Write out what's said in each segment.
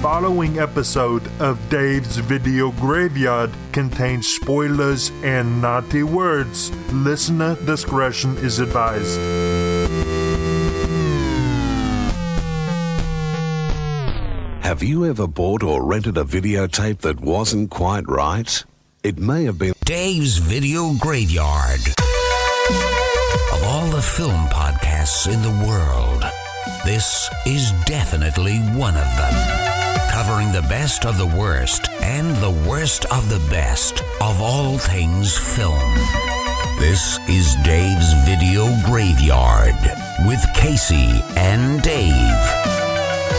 following episode of Dave's Video Graveyard contains spoilers and naughty words. Listener discretion is advised. Have you ever bought or rented a videotape that wasn't quite right? It may have been Dave's Video Graveyard. Of all the film podcasts in the world, this is definitely one of them. Covering the best of the worst and the worst of the best of all things film. This is Dave's Video Graveyard with Casey and Dave.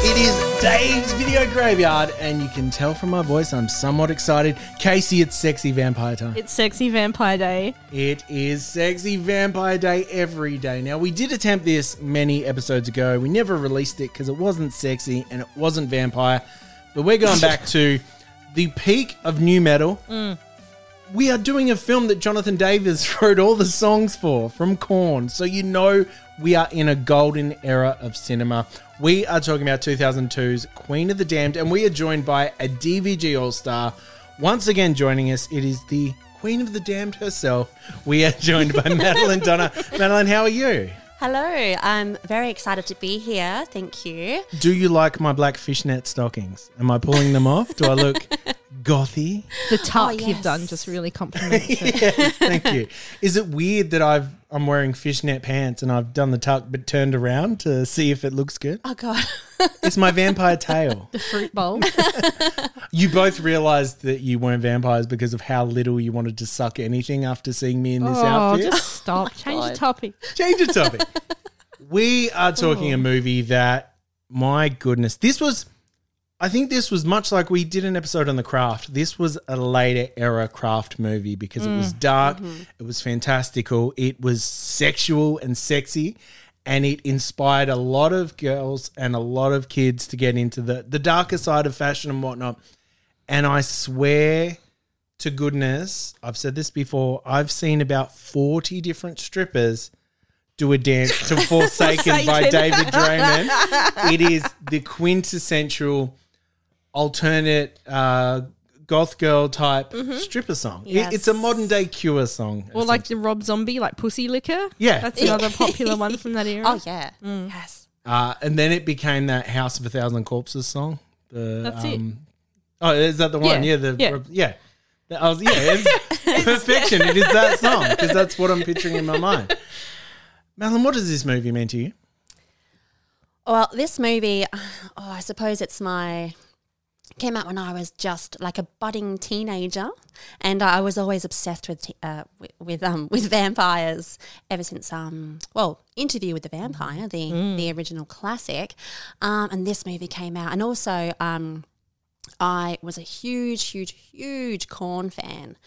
It is Dave's Video Graveyard, and you can tell from my voice I'm somewhat excited. Casey, it's sexy vampire time. It's Sexy Vampire Day. It is sexy vampire day every day. Now, we did attempt this many episodes ago. We never released it because it wasn't sexy and it wasn't vampire. But we're going back to the peak of new metal. We are doing a film that Jonathan Davis wrote all the songs for from Korn. So you know we are in a golden era of cinema. We are talking about 2002's Queen of the Damned, and we are joined by a DVG All Star. Once again, joining us, it is the Queen of the Damned herself. We are joined by Madeline Donna. Madeline, how are you? Hello, I'm very excited to be here. Thank you. Do you like my black fishnet stockings? Am I pulling them off? Do I look gothy? The tuck you've Oh, yes. done just really compliments it. Yes, thank you. Is it weird that I've I'm wearing fishnet pants and I've done the tuck but turned around to see if it looks good? Oh God, It's my vampire tail. the fruit bowl. You both realized that you weren't vampires because of how little you wanted to suck anything after seeing me in this oh, outfit. just stop. Change the topic. Change the topic. we are talking a movie that, my goodness, this was. I think this was much like we did an episode on the craft. This was a later era craft movie because it was dark, it was fantastical, it was sexual and sexy, and it inspired a lot of girls and a lot of kids to get into the, the darker side of fashion and whatnot. And I swear to goodness, I've said this before, I've seen about 40 different strippers do a dance to Forsaken by David Drayman. It is the quintessential alternate uh, goth girl type stripper song. It- Yes. it's a modern day cure song. Or Mm-hmm. like the Rob Zombie, like Pussy Liquor. Yeah. That's another popular one from that era. oh yeah, yes. uh, and then it became that House of a Thousand Corpses song. The, That's it. Oh, is that the one? Yeah, Yeah, the yeah. yeah. The- I was, yeah, it's perfection. It is that song because that's what I'm picturing in my mind. Madeline, what does this movie mean to you? Well, this movie, oh, I suppose it's my came out when I was just like a budding teenager, and I was always obsessed with te- uh, with, with um with vampires ever since um well Interview with the Vampire, the Mm. the original classic, um, and this movie came out, and also um. I was a huge, huge, huge Corn fan,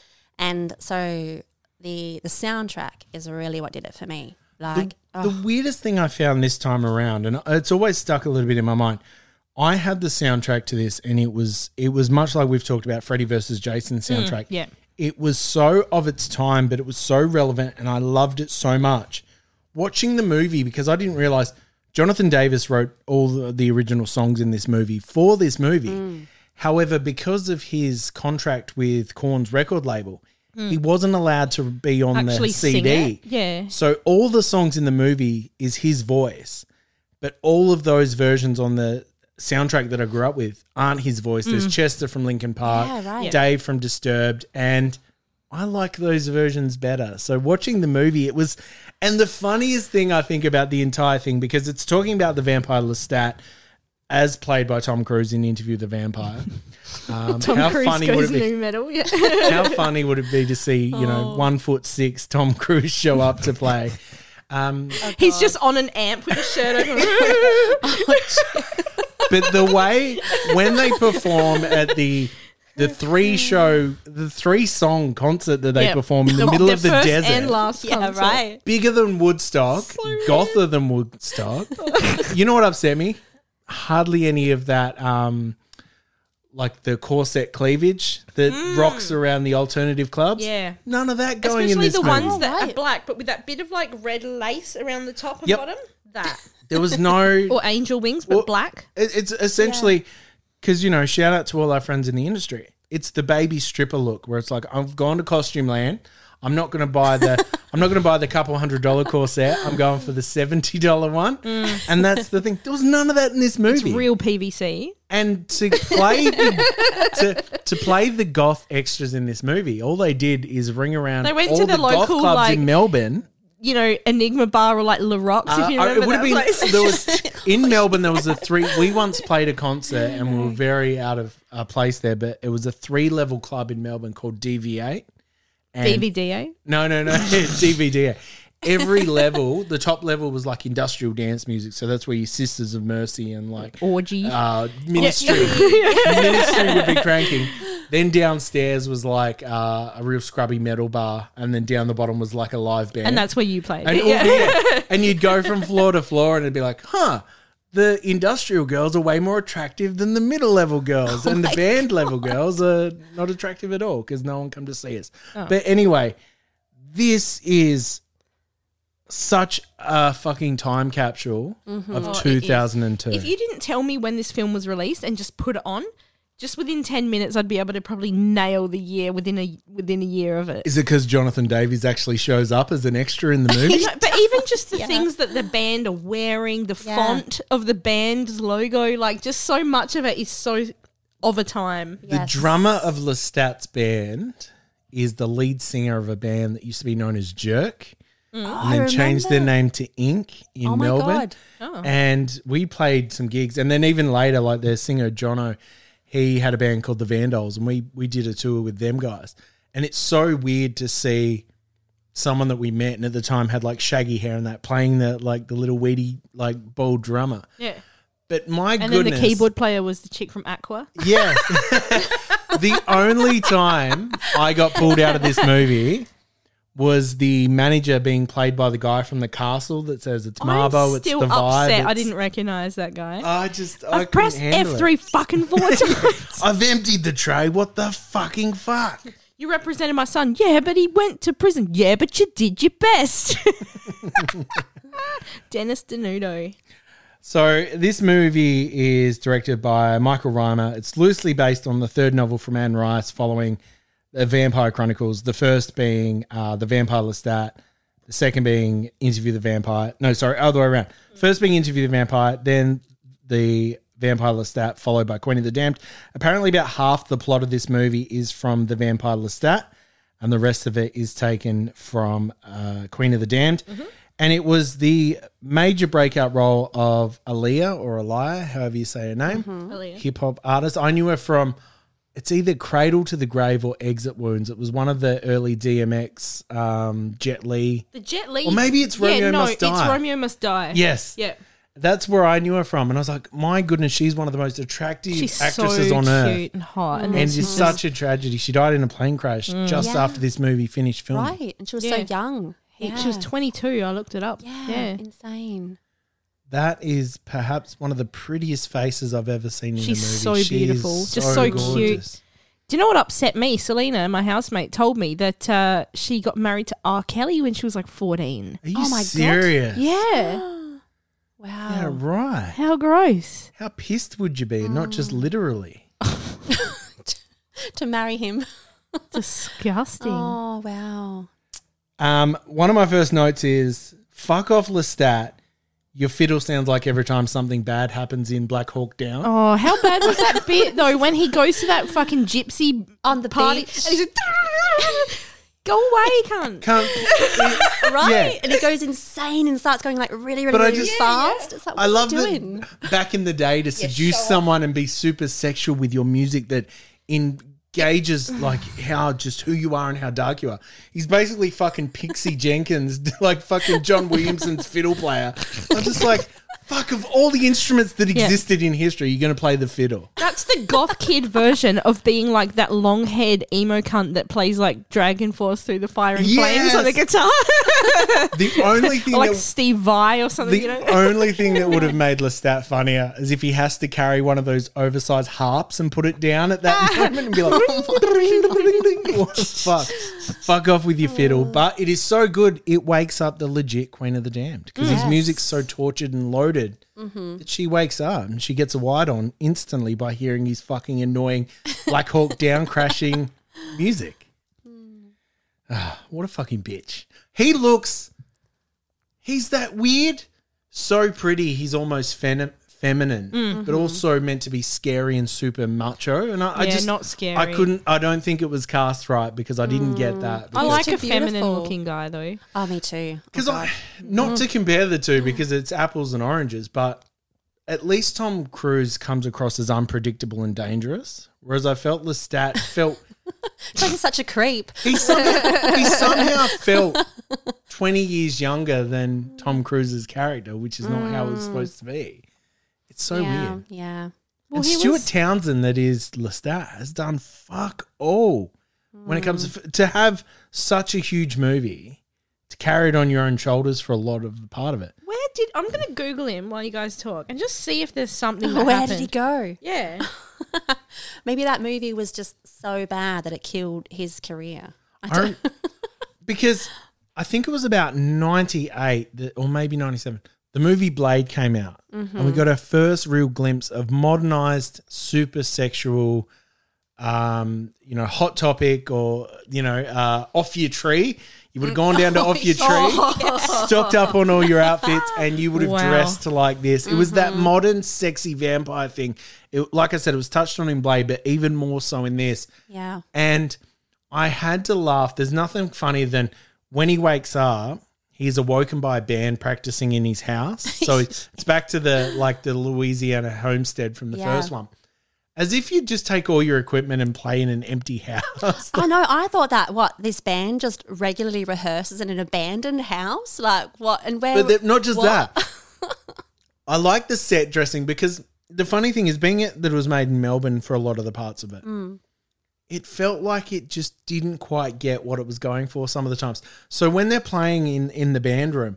and so the the soundtrack is really what did it for me. Like, The weirdest thing I found this time around, and it's always stuck a little bit in my mind. I had the soundtrack to this, and it was it was much like we've talked about Freddy versus Jason soundtrack. yeah. it was so of its time, but it was so relevant, and I loved it so much. Watching the movie because I didn't realize Jonathan Davis wrote all the, the original songs in this movie for this movie. However, because of his contract with Korn's record label, he wasn't allowed to be on Hmm. Actually the sing CD. it? Yeah. So all the songs in the movie is his voice, but all of those versions on the soundtrack that I grew up with aren't his voice. Hmm. There's Chester from Linkin Park, Yeah, right. Yeah. Dave from Disturbed, and I like those versions better. So watching the movie, it was, and the funniest thing I think about the entire thing because it's talking about the vampire Lestat as played by Tom Cruise in Interview with the Vampire. Um, Tom how Cruise funny would goes it be? new Oh, metal. Yeah. How funny would it be to see, you Oh. know, one foot six Tom Cruise show up to play? He's just on an amp with a shirt over. But the way when they perform at the the three show, the three song concert that they Yeah. perform in the middle of the first desert, and last yeah, concert. right. bigger than Woodstock, gother than Woodstock. you know what upset me? Hardly any of that, um, like the corset cleavage that rocks around the alternative clubs. Hmm. Yeah. none of that going in Especially this the movie. ones that are black, but with that bit of like red lace around the top and Yep. bottom. That. there was no Or angel wings, but Well, black. It- It's essentially because you know, shout out to all our friends in the industry. It's the baby stripper look where it's like I've gone to costume land. I'm not going to buy the I'm not going to buy the couple hundred dollar corset. I'm going for the seventy dollar one, and that's the thing. There was none of that in this Mm. It's movie. real PVC. And to play the, to, to play the goth extras in this movie, all they did is ring around. They went all to the local, goth clubs like, in Melbourne. You know, Enigma Bar or like La Rocks, Uh, if you I- remember it would that have been place. there was in Melbourne. There was a three. We once played a concert and we were very out of uh, place there, but it was a three level club in Melbourne called DV8. And DVDA. No, no, no. DVD. Every level, the top level was like industrial dance music. So that's where your Sisters of Mercy and like Orgy. uh, Ministry, Ministry would be cranking. Then downstairs was like uh, a real scrubby metal bar, and then down the bottom was like a live band. and that's where you played. And, all- yeah. yeah. and you'd go from floor to floor and it'd be like, huh, the industrial girls are way more attractive than the middle level girls. Oh and the band level girls are not attractive at all because no one come to see us. Oh. But anyway, this is such a fucking time capsule Mm-hmm. of 2002. If you didn't tell me when this film was released and just put it on, just within ten minutes, I'd be able to probably nail the year within a within a year of it. is it because Jonathan Davies actually shows up as an extra in the movie? No, but even just the things that the band are wearing, the Yeah. font of the band's logo, like just so much of it is so of a time. The drummer of Lestat's band is the lead singer of a band that used to be known as Jerk. And then changed their name to Inc. in Oh my Melbourne. God. And we played some gigs. And then even later, like their singer Jono, he had a band called the Vandals, and we we did a tour with them guys. And it's so weird to see someone that we met and at the time had like shaggy hair and that playing the like the little weedy like bald drummer. Yeah. But my And goodness. then the keyboard player was the chick from Aqua. Yeah. the only time I got pulled out of this movie was the manager being played by the guy from the castle that says it's Marbo, I'm it's the still vibe. upset I it's- didn't recognize that guy. I just I I've pressed F F3 fucking four times. I've emptied the tray. What the fucking fuck? you represented my son. Yeah, but he went to prison. Yeah, but you did your best. Dennis Denudo. So this movie is directed by Michael Reimer. It's loosely based on the third novel from Anne Rice, following the Vampire Chronicles. The first being uh, the Vampire Lestat, the second being Interview the Vampire. No, sorry, other way around. First being Interview the Vampire, then the Vampire Lestat, followed by Queen of the Damned. Apparently, about half the plot of this movie is from the Vampire Lestat and the rest of it is taken from uh, Queen of the Damned. Mm-hmm. And it was the major breakout role of Aaliyah or Aliyah, however you say her name, Mm-hmm. hip hop artist. I knew her from it's either Cradle to the Grave or Exit Wounds. It was one of the early DMX, um, Jet Li. The Jet Li. Or maybe it's Romeo yeah, no, Must Die. It's Romeo Must Die. Yes. Yeah. That's where I knew her from. And I was like, my goodness, she's one of the most attractive She's actresses so on earth. cute Mm-hmm. and hot. And, And then it's she's such a tragedy. She died in a plane crash Mm. just Yeah. after this movie finished filming. Right. And she was so Yeah. young. Yeah. She was 22. I looked it up. Yeah, Yeah. Insane. That is perhaps one of the prettiest faces I've ever seen in a movie. She's so She is beautiful, just so cute. gorgeous. Do you know what upset me? Selena, my housemate, told me that uh, she got married to R. Kelly when she was like 14. Are you Oh my God. serious? Yeah. Yeah, Wow. right. How gross. How pissed would you be? Not just Mm. literally. to marry him. Disgusting. Oh, wow. Um, one of my first notes is fuck off Lestat. Your fiddle sounds like every time something bad happens in Black Hawk Down. Oh, how bad was that bit though? When he goes to that fucking gypsy On the party, beach. and he's like, "Go away, cunt!" Can't- right? Yeah. And he goes insane and starts going like really, really, But I really just- fast. It's like, what I love are you doing? that back in the day to seduce someone and be super sexual with your music that engages like how just who you are and how dark you are. He's basically fucking Pixie Jenkins, like fucking John Williamson's fiddle player. I'm just like, fuck of all the instruments that existed in history, you're gonna play the fiddle. That's the goth kid version of being like that long-haired emo cunt that plays like Dragon Force through the fire and flames on the Yes. guitar, The only thing or like that Steve Vai or something. The you know? only thing that would have made Lestat funnier is if he has to carry one of those Ah. oversized harps and put it down at that moment and be like, "Ding, ding, ding, ding." what the fuck? fuck off with your Oh. fiddle. But it is so good, it wakes up the legit Queen of the Damned because his music's so tortured and loaded Mm-hmm. that she wakes up and she gets a wide on instantly by hearing his fucking annoying Black Hawk Down crashing music. Ah, what a fucking bitch. He looks, he's that weird, so pretty, he's almost fem- feminine, but also meant to be scary and super macho. And I, I Mm-hmm. Yeah, just, not scary. Mm. I couldn't, I don't think it was cast right because I didn't get that. I He's like too a feminine beautiful. looking guy though. Oh, me too. Because I, not Mm. to compare the two because it's apples and oranges, but at least Tom Cruise comes across as unpredictable and dangerous. Whereas I felt Lestat felt It's like he's such a creep. he somehow, he somehow felt 20 years younger than Tom Cruise's character, which is not how Mm. it's supposed to be. It's so yeah, weird. yeah. Well, and he Stuart was- Townsend, that is Lestat, has done fuck all when it comes Mm. to, to have such a huge movie to carry it on your own shoulders for a lot of the part of it. Where did I'm gonna Google him while you guys talk and just see if there's something. That Where did happened. he go? Yeah, Maybe that movie was just so bad that it killed his career. I rem- because I think it was about 98 that, or maybe 97. The movie Blade came out, and we got our first real glimpse of modernized, super sexual, um, you know, hot topic or, you know, uh, off your tree. You would have gone down to off your tree, stocked up on all your outfits, and you would have Wow. dressed to like this. It was that modern, sexy vampire thing. It, like I said, it was touched on in Blade, but even more so in this. Yeah. And I had to laugh. There's nothing funnier than when he wakes up, he's awoken by a band practicing in his house. So it's back to the like the Louisiana homestead from the Yeah. first one. As if you just take all your equipment and play in an empty house. I know. I thought that what this band just regularly rehearses in an abandoned house, like what and where? But that- not just what- that. I like the set dressing because the funny thing is, being it that it was made in Melbourne for a lot of the parts of it, it felt like it just didn't quite get what it was going for some of the times. So when they're playing in in the band room,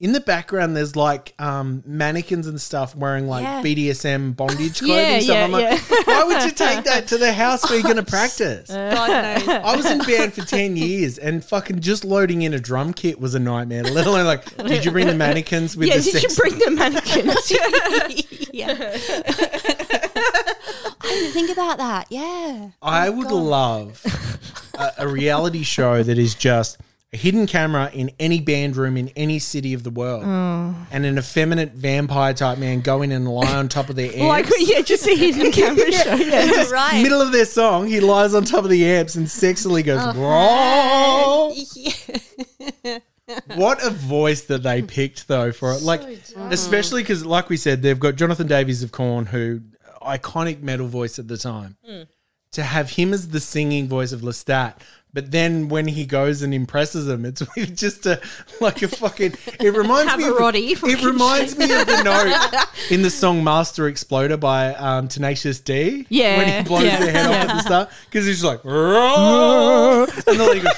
in the background there's like um, mannequins and stuff wearing like Yeah. BDSM bondage clothing. Yeah, stuff. yeah, I'm like, yeah. why would you take that to the house where you're going to practice? God knows. I was in band for 10 years and fucking just loading in a drum kit was a nightmare. Let alone, like, did you bring the mannequins with yeah. the Did sex? you bring the mannequins? yeah. I didn't think about that. Yeah. I Oh, would love a, a reality show that is just a hidden camera in any band room in any city of the world Oh. and an effeminate vampire type man go in and lie on top of their amps. like yeah, just a hidden camera show. Yeah. right. Middle of their song, he lies on top of the amps and sexily goes, Uh-huh. "Whoa." What a voice that they picked though for it, like especially because, like we said, they've got Jonathan Davies of Corn, who iconic metal voice at the time. Mm. To have him as the singing voice of Lestat, but then when he goes and impresses them, it's with just a like a fucking. It reminds me. Pavarotti Of, from it reminds me of the note in the song "Master Exploder" by um, Tenacious D. when he Yeah, blows yeah, their head off yeah. at the start because he's like, "Roar," and the lady goes.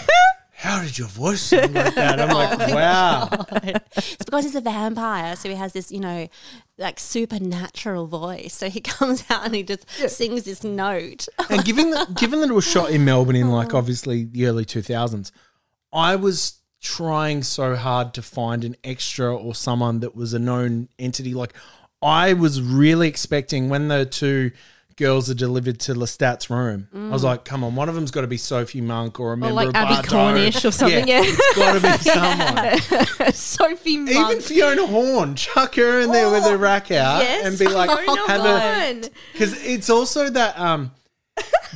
How did your voice sound like that? I'm like, Oh. wow. It's because he's a vampire, so he has this, you know, like supernatural voice. So he comes out and he just sings this note. And given that, given that it was shot in Melbourne in like obviously the early 2000s, I was trying so hard to find an extra or someone that was a known entity. Like I was really expecting when the two girls are delivered to Lestat's room, I was like, come on, one of them's got to be Sophie Monk or a member Mm. like of Abby Bardo. Cornish or something, yeah. it's got to be someone. Sophie Monk. Even Fiona Horn, chuck her in there with her rack out Oh, yes, and be like, Fiona have Horn. a. Because it's also that, um,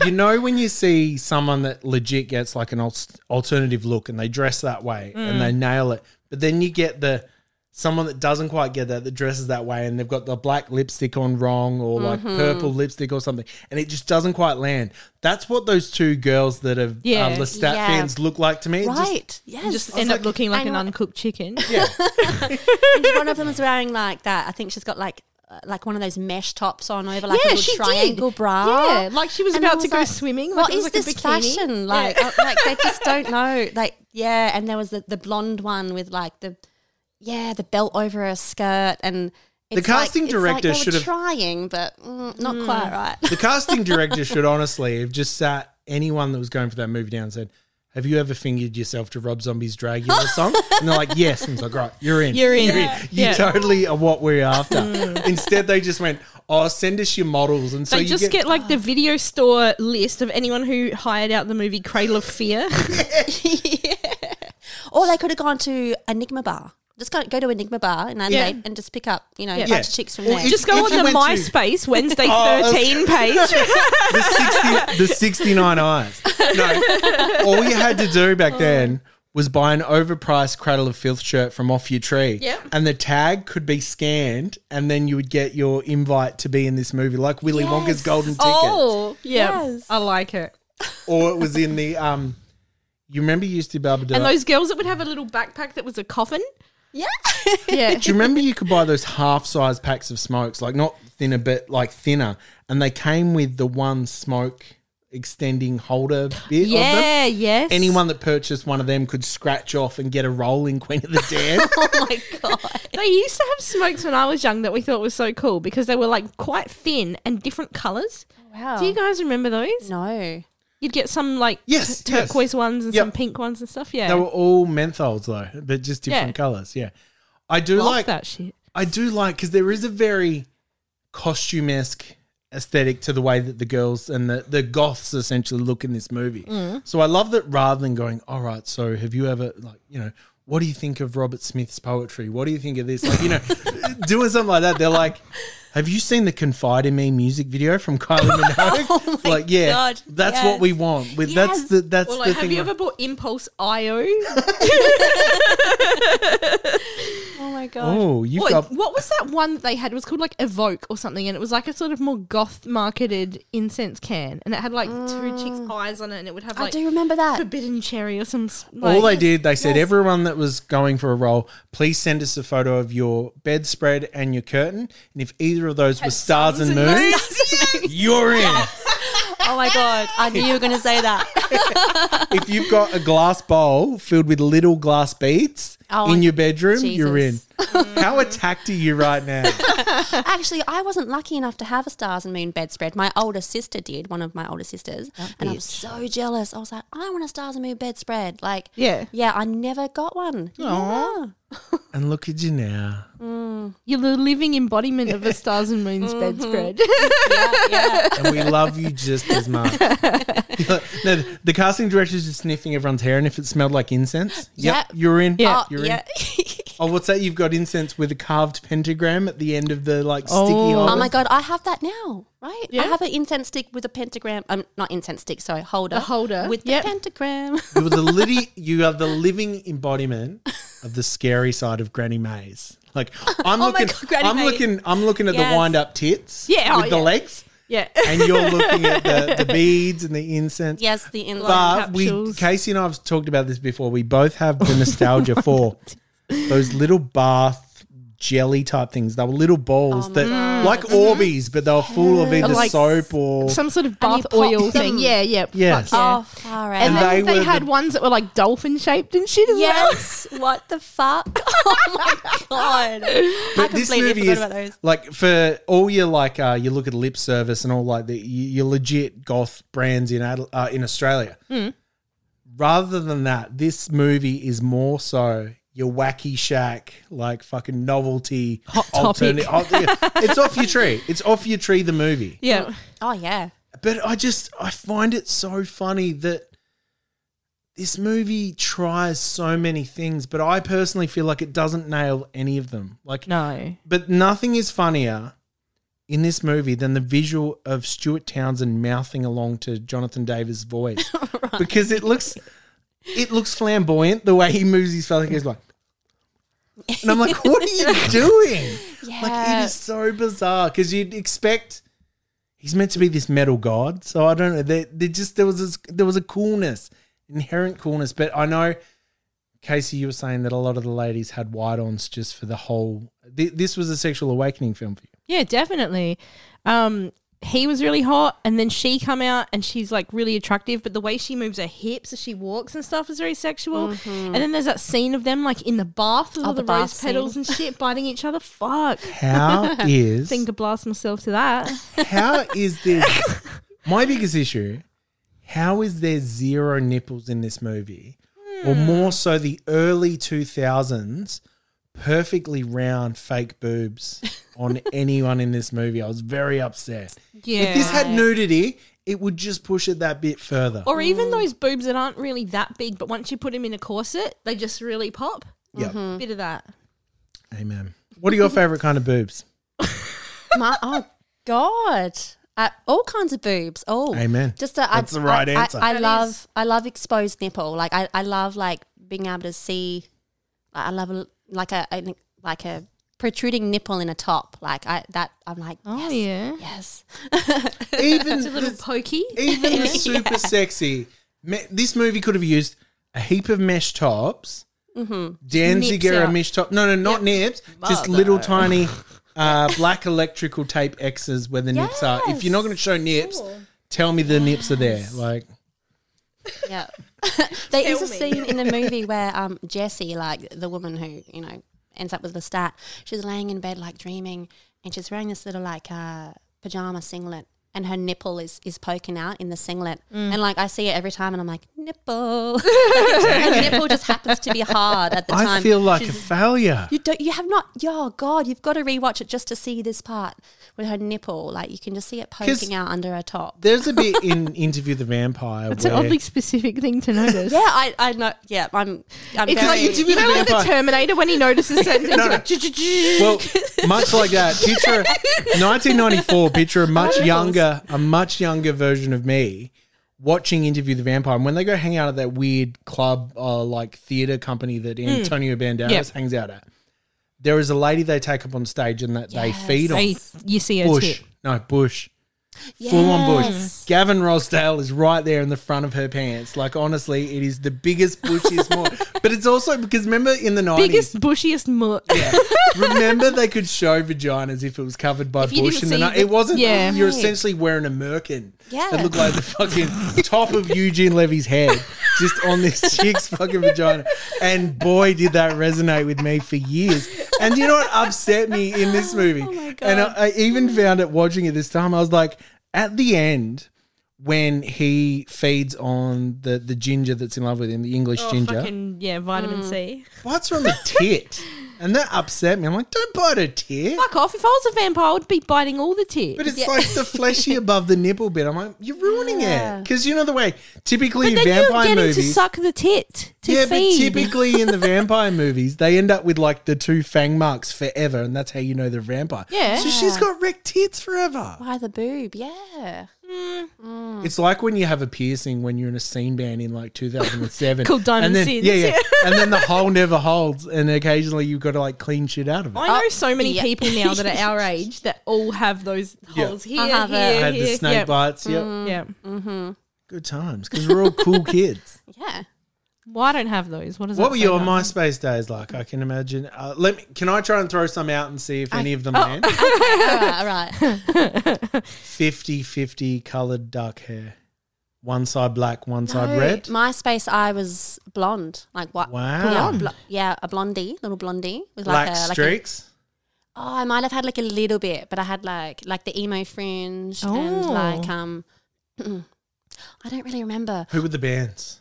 you know, when you see someone that legit gets like an al- alternative look and they dress that way Mm. and they nail it, but then you get the. Someone that doesn't quite get that, that dresses that way, and they've got the black lipstick on wrong, or like Mm-hmm. purple lipstick or something, and it just doesn't quite land. That's what those two girls that have Yeah. uh, Lestat Yeah. fans look like to me. It just- right. yes. just end up looking like an uncooked chicken. And one of them is wearing like that. I think she's got like uh, like one of those mesh tops on over like Yeah, a little she did. triangle bra. Yeah, like she was I about to go swimming, like What it was is like a this bikini." fashion? Like, uh, like they just don't know. Like, yeah. And there was the, the blonde one with like the yeah the belt over her skirt and. The it's like- casting it's like director they were should have- trying, but mm, not Hmm. quite right. The casting director should honestly have just sat anyone that was going for that movie down and said, Have you ever fingered yourself to Rob Zombie's Dragula song? And they're like, Yes. And it's like, Right, you're in. You're in. You Yeah. totally are what we're after. Instead, they just went, Oh, send us your models. And so they you just get, like the video store list of anyone who hired out the movie Cradle of Fear. Or they could have gone to Enigma Bar. Just go, go to Enigma Bar in Adelaide Yeah. and just pick up, you know, Yeah. a bunch of chicks from Well, there. if- just go if on you the went to- Oh, MySpace Wednesday I was- 13 page. the, 60, the 69 eyes. No, all you had to do back then was buy an overpriced Cradle of Filth shirt from off your tree. Yep. And the tag could be scanned, and then you would get your invite to be in this movie, like Willy Wonka's Golden Ticket. Oh, yeah, I like it. Or it was in the. um. You remember you used to be able to. And those girls that would have a little backpack that was a coffin. yeah. Yeah. Do you remember you could buy those half size packs of smokes, like not thinner, but like thinner? And they came with the one smoke extending holder bit of them. Yeah, yes. anyone that purchased one of them could scratch off and get a rolling Queen of the Dam. oh my God. They used to have smokes when I was young that we thought was so cool because they were like quite thin and different colours. Wow. Do you guys remember those? No. You'd get some like Yes, tur- yes. turquoise ones and Yep. some pink ones and stuff. Yeah. they were all menthols though, but just different Yeah. colours. Yeah, I do Love like that shit. I do like because there is a very costume-esque aesthetic to the way that the girls and the, the goths essentially look in this movie. Mm. So I love that rather than going, all right, so have you ever like you know. What do you think of Robert Smith's poetry? What do you think of this? Like, you know, doing something like that, they're like, "Have you seen the Confide in Me music video from Kylie Minogue?" Oh like, yeah, God, that's yes. what we want. With that's Yes. the that's Or the like, thing. have you where- ever bought Impulse IO? Oh my God. oh, you've What, got what was that one that they had? It was called like Evoke or something, and it was like a sort of more goth marketed incense can, and it had like two chicks' eyes on it, and it would have I like do remember that. forbidden cherry or some. s- all they like- did, they said everyone that was going for a role, please send us a photo of your bedspread and your curtain, and if either of those were stars and and moons, you're in. Oh my God. I knew you were going to say that. if you've got a glass bowl filled with little glass beads Oh, in your bedroom, you're in. Jesus. How attacked are you right now? Actually, I wasn't lucky enough to have a stars and moon bedspread. My older sister did, one of my older sisters, and I was so jealous. I was like, I want a stars and moon bedspread. Like, Yeah. yeah, I never got one. Yeah. and look at you now. You're the living embodiment of a stars and moons bedspread. and we love you just as much. no, the casting director's just sniffing everyone's hair, and if it smelled like incense, Yep. you're in. Yeah. Oh, you're yeah. in. Oh, what's that? You've got incense with a carved pentagram at the end of the like Oh. sticky. Oh holder. my god, I have that now, right? Yeah. I have an incense stick with a pentagram. Um, not incense stick, sorry, holder. A holder, with yep. the pentagram. You are the liti- You are the living embodiment of the scary side of Granny Mays. Like I'm Oh my looking, God, Granny I'm Mays. looking, I'm looking at the Yes. wind up tits, Yeah, oh, with the yeah. legs, yeah. and you're looking at the, the beads and the incense. yes, the incense. but we, capsules. Casey and I have talked about this before. We both have the nostalgia for those little bath jelly type things. They were little balls Oh that, like Orbeez, but they were full of either Mm-hmm. Like soap or Some sort of And you bath oil pop them. thing. Yeah, yeah. fuck Yes. yeah. oh, far out. And, And then they they, were had the- ones that were like dolphin shaped and shit as yes, what the fuck? Oh my god, I But this completely movie forgot is about those. like for all your like uh, you look at lip service and all like the you- your legit goth brands in Adel- uh, in Australia. Hmm. Rather than that, this movie is more so your wacky shack, like fucking novelty, hot topic. it's off your tree. It's off your tree. The movie, well. Yeah. Oh yeah, but I just I find it so funny that this movie tries so many things, but I personally feel like it doesn't nail any of them. Like No. but nothing is funnier in this movie than the visual of Stuart Townsend mouthing along to Jonathan Davis' voice because it looks it looks flamboyant the way he moves his face. He's like, and I'm like, what are you doing? Like it is so bizarre because you'd expect he's meant to be this metal god. So I don't know. They, they just there was this, there was a coolness, inherent coolness. But I know, Casey, you were saying that a lot of the ladies had white ons just for the whole. Th- this was a sexual awakening film for you. Yeah, definitely. Um, he was really hot, and then she come out, and she's like really attractive. But the way she moves her hips as she walks and stuff is very sexual. And then there's that scene of them like in the bath with Mm-hmm. Oh, all the, the bath rose petals scene. and shit, biting each other. Fuck, How is think to blast myself to that. how is this? My biggest issue how is there zero nipples in this movie? Or Hmm. more so, the early 2000s, perfectly round fake boobs on anyone in this movie. I was very upset. If this had nudity, it would just push it that bit further. or even those boobs that aren't really that big, but once you put them in a corset, they just really pop. Yeah. Mm. Bit of that. Amen. What are your favorite kind of boobs? My, oh God. Uh, all kinds of boobs. Oh, Amen. Just a, That's the right I, answer. I, I That love, is. I love exposed nipple. Like I, I love like being able to see. I I love a, like a, a- like a protruding nipple in a top. Like I that I'm like Oh, yes, yeah. yes. Even It's a little pokey. even the super sexy. Me- this movie could have used a heap of mesh tops, Mm-hmm. Danziger Nips a out. mesh top. No, no, not nips. Just little tiny uh, black electrical tape X's where the nips are. If you're not going to show nips, tell me the nips are there. Like Yeah. there is a Tell me. scene in the movie where um, Jessie, like the woman who, you know, ends up with the stat, she's laying in bed, like dreaming, and she's wearing this little, like, uh, pajama singlet. And her nipple is, is poking out in the singlet, and like I see it every time, and I'm like nipple. her nipple just happens to be hard at the time. I feel like a failure. you don't. You have not. Oh God, you've got to rewatch it just to see this part with her nipple. Like you can just see it 'Cause- poking out under her top. There's a bit in Interview the Vampire That's an where oddly specific thing to notice. yeah, I, I know. Yeah, I'm. I'm It's very- like, Interview you the know, like the Vampire. Terminator when he notices sentence. No, no. Well, much like that, picture 1994. Picture a much younger, a much younger version of me watching Interview the Vampire. And when they go hang out at that weird club, uh, like theater company that Antonio Banderas Hmm. Yep. hangs out at, there is a lady they take up on stage and that they feed on. you see a Bush, tip. no Bush. Full on Yes. bush. Gavin Rosdale is right there in the front of her pants. Like honestly, it is the biggest bush is more. But it's also because remember in the nineties, Biggest, bushiest mutt. Remember, they could show vaginas if it was covered by If you bush didn't in the see night. the- It wasn't. Yeah. You're essentially wearing a merkin. Yeah. That looked like the fucking top of Eugene Levy's head, just on this chick's fucking vagina. And boy, did that resonate with me for years. And you know what upset me in Oh this movie? And I, I even found it watching it this time. I was like, at the end. When he feeds on the, the ginger that's in love with him, the English ginger, Oh, Fucking, yeah, vitamin C. bites her on the tit. And that upset me. I'm like, don't bite a tit. Fuck off. If I was a vampire, I would be biting all the tits. But it's like the fleshy above the nipple bit. I'm like, you're ruining it. Because you know the way, typically in then vampire you get him to movies. suck the tit to yeah, feed. but typically in the vampire movies, they end up with like the two fang marks forever, and that's how you know they're vampire. Yeah. So she's got wrecked tits forever. By the boob, yeah. Hmm. It's like when you have a piercing when you're in a scene band in like 2007. Called Diamond and then, Sins. Yeah, yeah. and then the hole never holds, and occasionally you've got to like clean shit out of it. I know so many yeah. people now that are our age that all have those Yeah. holes I here, have it. here, I I had here. the snake Yep. Hmm. bites. Yep. Yeah. Good times because we're all cool kids. Yeah. Well, I don't have those. What is What were your MySpace days like? I can imagine. Uh, let me. Can I try and throw some out and see if any of Oh. them land? all right, all right. 50-50 coloured dark hair, one side black, one side red. MySpace, I was blonde. Like what? Wow. Yeah, blo- yeah, a blondie, little blondie with like Black a like a, streaks. Oh, I might have had like a little bit, but I had like like the emo fringe and Oh. like um, I don't really remember. Who were the bands?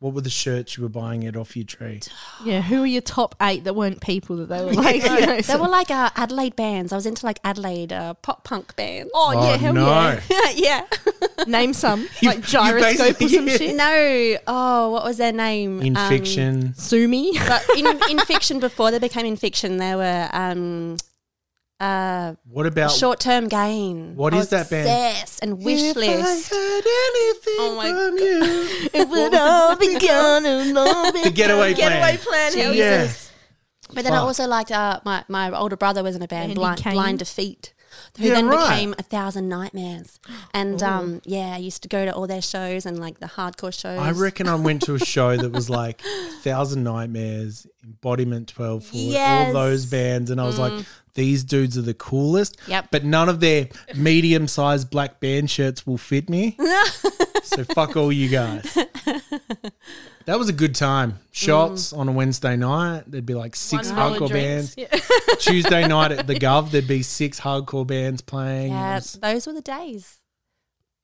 What were the shirts you were buying at off your tree? Yeah, who were your top eight that weren't people that they were like? you know, They were like uh, Adelaide bands. I was into like Adelaide uh, pop punk bands. oh, yeah, hell yeah. yeah. Name some you like gyroscope or some basically- shit. no. Oh, what was their name? In Um, fiction. Sumi. but in, in fiction before they became in fiction they were um uh What about short term gain What What is is that band? and wish If I list had anything Oh my from you. it would all be gone and all be The getaway plan. Getaway plan. Hell yeah. Yes. but then i Fuck. also liked uh my my older brother was in a band Andy blind, Kane. blind defeat who Yeah, then right. became a thousand nightmares and um yeah i used to go to all their shows and like the hardcore shows I reckon I went to a show that was like Thousand Nightmares, Embodiment 12, Forward, all Yes. Mm. those bands. And I was like, these dudes are the coolest. Yep. But none of their medium sized black band shirts will fit me. so fuck all you guys. That was a good time. Shots Mm. on a Wednesday night. There'd be like six hardcore bands. Tuesday night at the Gov, there'd be six hardcore bands playing. It yeah was- those were the days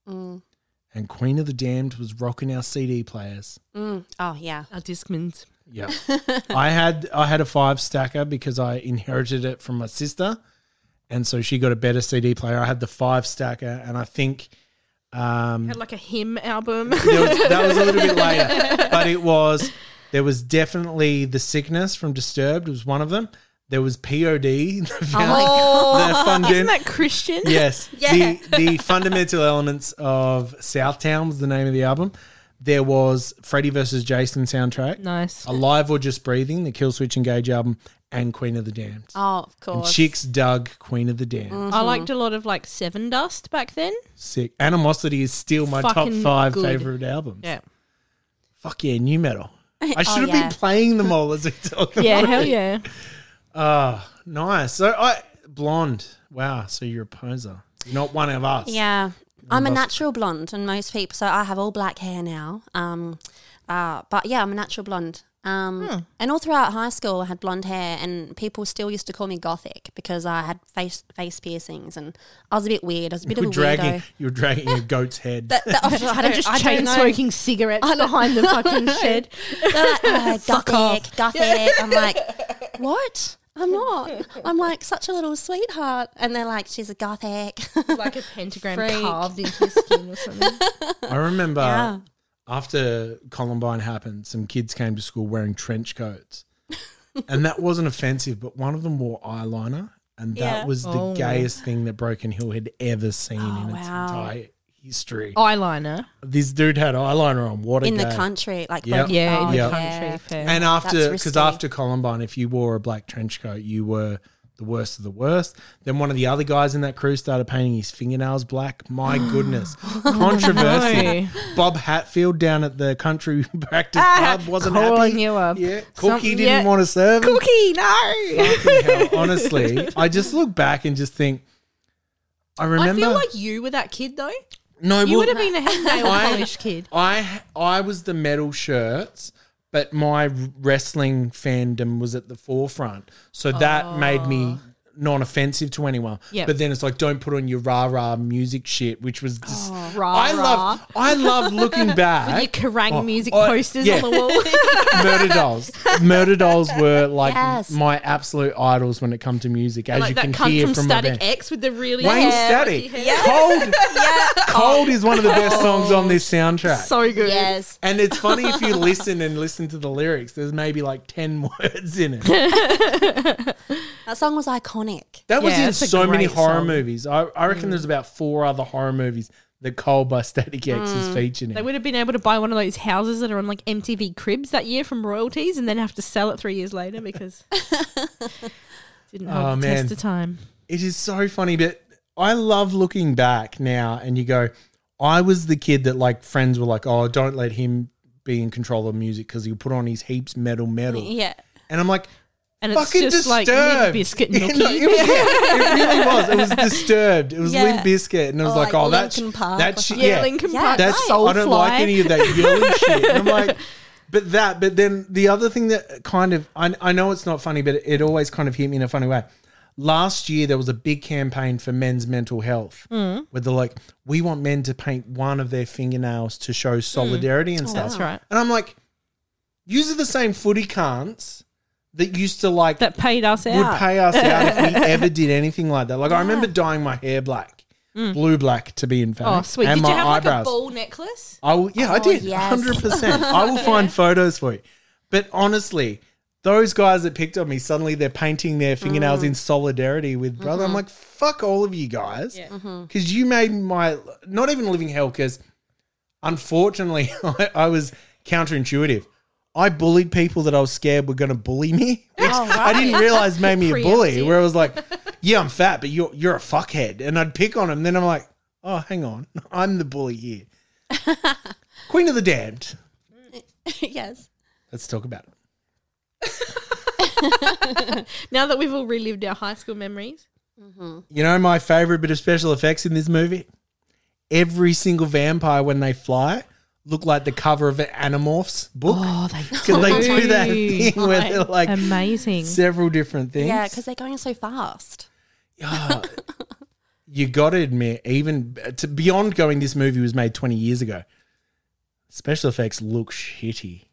and Queen of the Damned was rocking our CD players. Oh yeah. Our Discmans. Yeah. I had I had a five stacker because I inherited it from my sister. And so she got a better CD player. I had the five stacker and I think um Had like a hymn album. there was- that was a little bit later. But it was there was definitely The Sickness from Disturbed was one of them. There was POD, the, fun- the Oh Isn't funda- that Christian? Yes. Yeah. The the fundamental elements of Southtown was the name of the album. There was Freddy versus Jason soundtrack. Nice. Alive or Just Breathing, the Killswitch Engage album, and Queen of the Damned. Oh, Mm. of and course. Chicks dug Queen of the Damned. I liked a lot of like Seven Dust back then. Sick. Animosity is still my top Fucking five good. favorite albums. Fuck yeah, new metal. I should have Oh, yeah. been playing them all as we talk. Yeah, hell yeah. Nice. So I blonde. Wow. So you're a poser. You're not one of us. Yeah. I'm a natural blonde, and most people. So I have all black hair now. Um, uh, but yeah, I'm a natural blonde. Um, Hmm. and all throughout high school, I had blonde hair, and people still used to call me gothic because I had face face piercings, and I was a bit weird. I was a bit You're of a weirdo. dragging, you're dragging your goat's head. That- that- I I'm don't- just I don't chain know. smoking cigarettes behind the fucking shed. They're like, oh, gothic, off. gothic. I'm like, what? I'm not. I'm like such a little sweetheart. And they're like, she's a gothic. Like a pentagram Freak. carved into his skin or something. I remember after Columbine happened, some kids came to school wearing trench coats. and that wasn't offensive, but one of them wore eyeliner, and that Yeah. Oh, was the gayest thing that Broken Hill had ever seen in its wow. entire history. Eyeliner. This dude had eyeliner on. What a in the gay. country. Like, Yep. both- Yeah, oh, in the Yep. country. Fair. And after, That's because risky. after Columbine, if you wore a black trench coat, you were the worst of the worst. Then one of the other guys in that crew started painting his fingernails black. My goodness, controversy. No. Bob Hatfield down at the country practice club wasn't Ah, calling happy. you up. Yeah, Cookie Some- didn't yeah. want to serve. him. Cookie, no. Fucking hell, Honestly, I just look back and just think. I remember. I feel like you were that kid though. no, You well- would have been a head nail I- polish kid. I I was the metal shirts, but my wrestling fandom was at the forefront, so that made me Oh. non-offensive to anyone. Yep. But then it's like, don't put on your rah rah music shit, which was just Oh, rah, I love I love looking Your back. Kerrang music oh, posters yeah. on the wall. Murder dolls, murder dolls were like Yes. my absolute idols when it comes to music, as you like can that cunt hear from from, my Static band. X with the really Wayne hair. Static, cold, cold is one of the best songs on this soundtrack. So good. Yes. And it's funny if you listen and listen to the lyrics, there's maybe like 10 words in it. That song was iconic. That was Yeah, in it's a so many great horror song. Mm. movies. I, I reckon there's about four other horror movies that Cole by Static X is featured in. Mm. They would have been able to buy one of those houses that are on like MTV Cribs that year from royalties, and then have to sell it three years later because didn't hold Oh, the man. test of time. It is so funny, but I love looking back now and you go, I was the kid that like friends were like, oh, don't let him be in control of music because he'll put on his heaps metal metal. Yeah. And I'm like, And it's fucking just disturbed. like Limp Biscuit Yeah, no, nookie. it, was, yeah, it really was. It was disturbed. It was Yeah. Limp Biscuit, and it was Or like, like oh, that's Linkin Park or that shit. something. Yeah, yeah, Linkin Yeah, Park. that's I don't like Soulfly. any of that yelling shit. And I'm like, but that. But then the other thing that kind of I, I know it's not funny, but it, it always kind of hit me in a funny way. Last year there was a big campaign for men's mental health, Hmm. where they're like, we want men to paint one of their fingernails to show solidarity and stuff. Hmm. Oh, That's right. And I'm like, these are the same footy cunts that used to like That paid us would out. pay us out if we ever did anything like that. Like I remember dyeing my hair black, blue black to be in fact. Hmm. oh, sweet. And Did my you have like a eyebrows. ball necklace? I will, yeah, I did. yes. Hundred percent. I will find photos for you. But honestly, those guys that picked on me suddenly they're painting their fingernails in solidarity with brother. I'm like, fuck all of you guys, because you made my not even living hell. Because unfortunately, I, I was counterintuitive. I bullied people that I was scared were going to bully me. Which Oh, I didn't realize made me a bully. Preemptive. Where I was like, "Yeah, I'm fat, but you're you're a fuckhead," and I'd pick on him. Then I'm like, "Oh, hang on, I'm the bully here." Queen of the Damned. yes. Let's talk about it. Now that we've all relived our high school memories. You know my favorite bit of special effects in this movie? Every single vampire when they fly look like the cover of an Animorphs book. Oh. they 'Cause Oh, they do that thing where they're like amazing. several different things. Yeah, because they're going so fast. Yeah. you got to admit, even to beyond going, this movie was made 20 years ago. Special effects look shitty.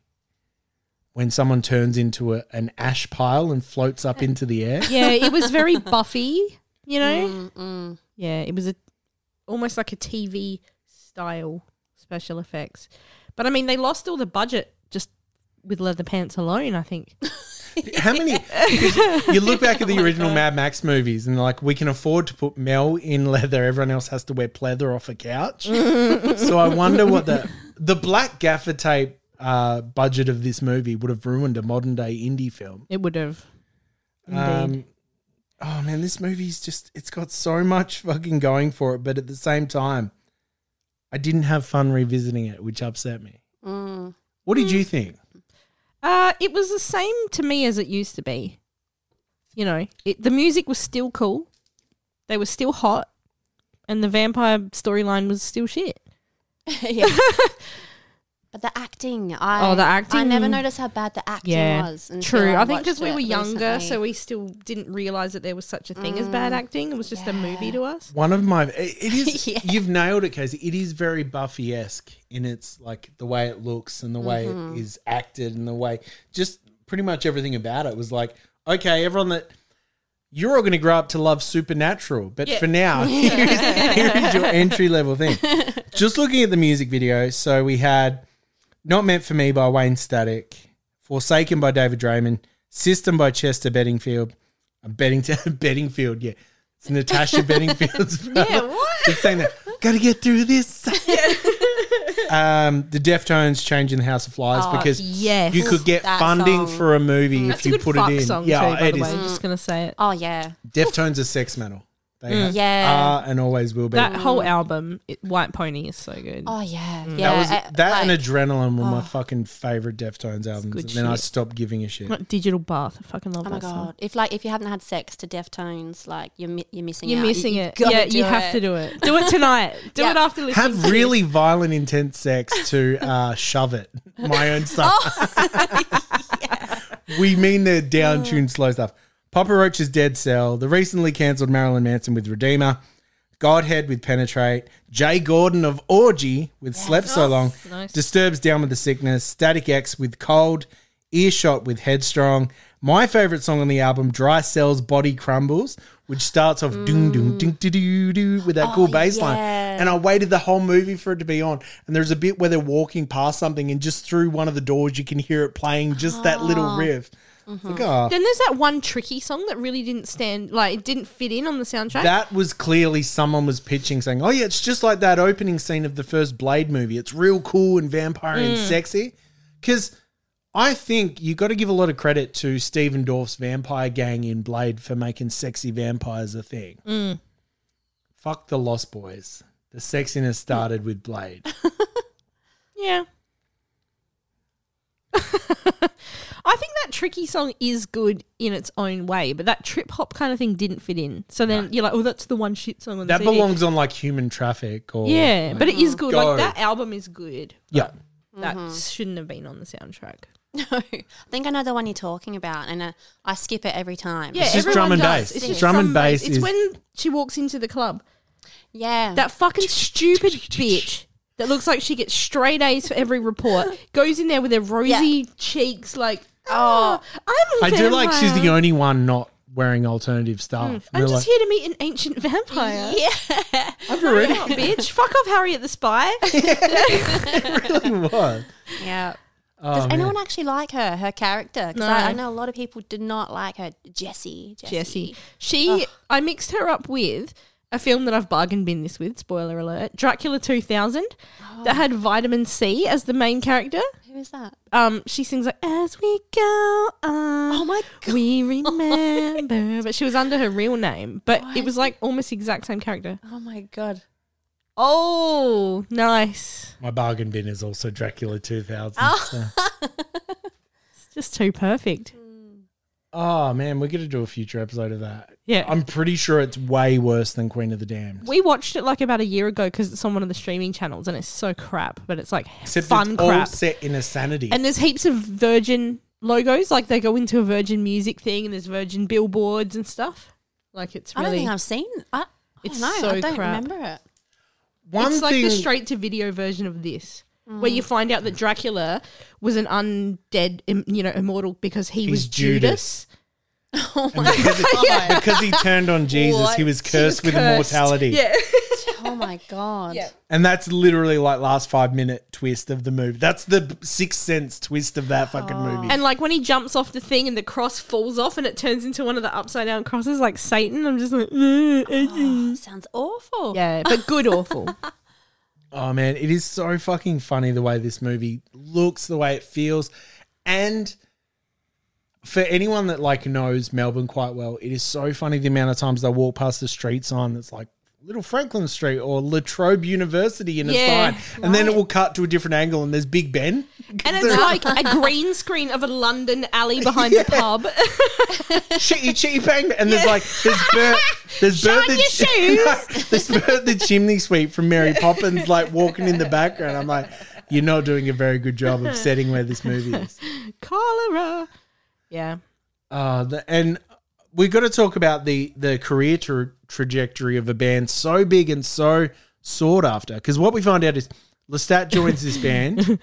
When someone turns into a, an ash pile and floats up into the air, Yeah, it was very Buffy, you know? Yeah, it was a almost like a TV style special effects. But I mean, they lost all the budget just with leather pants alone, I think. how many? You look back at the original Mad Max movies and they're like, we can afford to put Mel in leather. Everyone else has to wear pleather off a couch. so I wonder what the the black gaffer tape uh, budget of this movie would have ruined a modern day indie film. It would have. Um, oh man, this movie's just—it's got so much fucking going for it, but at the same time, I didn't have fun revisiting it, which upset me. What did you think? Uh, it was the same to me as it used to be. You know, it, the music was still cool. They were still hot. And the vampire storyline was still shit. yeah. But the acting, I Oh, the I never acting. noticed how bad the acting was. until true. I think because watched we it were younger, so recently. Mm. we still didn't realize that there was such a thing as bad acting. It was just a movie to us. One of my—it is—you've nailed it, Casey. It is very Buffy-esque in its like the way it looks and the way it is acted and the way just pretty much everything about it was like, okay, everyone that. You're all going to grow up to love Supernatural, but for now, here's, here is your entry level thing. just looking at the music video, so we had Not Meant for Me by Wayne Static, Forsaken by David Draymond, System by Chester Bedingfield, uh, Beddington, Bedingfield, yeah. It's Natasha Bedingfield's Yeah, what? It's saying that, gotta get through this. um, the Deftones changing the House of Flies because Oh, yes. you could get That funding song. for a movie That's if you a good put fuck it in. song yeah, too, by it the is. way. I'm just gonna say it. Oh yeah, Deftones are sex metal. They have- yeah. are and always will be. Mm, That whole album, it, White Pony, is so good. Mm. oh yeah, yeah. That was uh, that like- and Adrenaline were my fucking favorite Deftones albums. oh. good And then I shit. stopped giving a shit. Like Digital Bath, I fucking love Oh my that song. god! If like if you haven't had sex to Deftones, like you're mi- you're missing. You're out. missing You- you it. gotta Yeah, do you have to do it. Do it tonight. Do Yeah. it after listening. Have to really violent, intense sex to uh, shove it. My own stuff. We mean the down tuned slow stuff. Papa Roach's Dead Cell, the recently cancelled Marilyn Manson with Redeemer, Godhead with Penetrate, Jay Gordon of Orgy with Slept So Long, nice. Disturbs Down with the Sickness, Static X with Cold, Earshot with Headstrong. My favorite song on the album, Dry Cell's Body Crumbles, which starts off doom Mm. doom ding doo doo doo with Oh, that cool bass line. And I waited the whole movie for it to be on. And there's a bit where they're walking past something and just through one of the doors you can hear it playing just that little Ah. riff. It's like, oh, Then there's that one tricky song that really didn't stand, like it didn't fit in on the soundtrack. That was clearly someone was pitching, saying, "Oh yeah, it's just like that opening scene of the first Blade movie. It's real cool and vampire and Mm. sexy." Because I think you got to give a lot of credit to Stephen Dorff's vampire gang in Blade for making sexy vampires a thing. Mm. Fuck the Lost Boys. The sexiness started with Blade. yeah. I think that tricky song is good in its own way, but that trip hop kind of thing didn't fit in. So then you're like, oh, that's the one shit song on the that CD. belongs on like Human Traffic or Yeah, but it is good. Go. Like that album is good. yeah. That shouldn't have been on the soundtrack. No, I think I know the one you're talking about, and uh, I skip it every time. Yeah, just everyone drum and does. bass. It's just Drum and bass It's is- when she walks into the club. yeah. That fucking stupid bitch that looks like she gets straight A's for every report goes in there with her rosy cheeks, like, oh, I'm a I do like she's the vampire. only one not wearing alternative stuff. And I'm they're like, just here to meet an ancient vampire. Yeah, I've already bitch. Fuck off, Harriet the Spy. really was. yeah. Does anyone actually like her, her character? Because I, I know a lot of people did not like her. Jessie. Jessie. She, I mixed her up with a film that I've bargain bin this with, spoiler alert Dracula 2000, that had Vitamin C as the main character. Who is that? um, she sings like as we go on. Oh my We remember, but she was under her real name. But it was like almost the exact same character. Oh my god. Oh, nice! My bargain bin is also Dracula 2000. Oh. so- It's just too perfect. Oh man, we're going to do a future episode of that. Yeah. I'm pretty sure it's way worse than Queen of the Damned. We watched it like about a year ago because it's on one of the streaming channels, and it's so crap. But it's like Except fun it's all crap. set in a sanity. And there's heaps of Virgin logos. Like they go into a Virgin music thing, and there's Virgin billboards and stuff. Like it's I don't really. think I've seen. I, It's no, so I don't crap. remember it. One it's like thing, the straight to video version of this, Mm. where you find out that Dracula was an undead, im- you know, immortal because he He's was Judas. Judas. and because, he, because he turned on Jesus, he was cursed with cursed. immortality. Yeah. Oh my god. And that's literally like last five minute twist of the movie. That's the sixth sense twist of that fucking movie. Oh. And like when he jumps off the thing and the cross falls off and it turns into one of the upside down crosses, like Satan. I'm just like, Oh, Sounds awful. yeah, but good awful. Oh man, it is so fucking funny the way this movie looks, the way it feels, and for anyone that like knows Melbourne quite well, it is so funny the amount of times they walk past the street sign that's like Little Franklin Street or Latrobe University in a Yeah, sign, and then it will cut to a different angle and there's Big Ben. and it's like a green screen of a London alley behind the pub. chitty chitty bang, bang. and there's like there's Bert, there's Bert on your there's Bert the chimney sweep from Mary Poppins like walking in the background. I'm like, you're not doing a very good job of setting where this movie is. Cholera. Yeah. Uh, the, and we've got to talk about the the career tra- trajectory of a band so big and so sought after. Because what we find out is Lestat joins this band.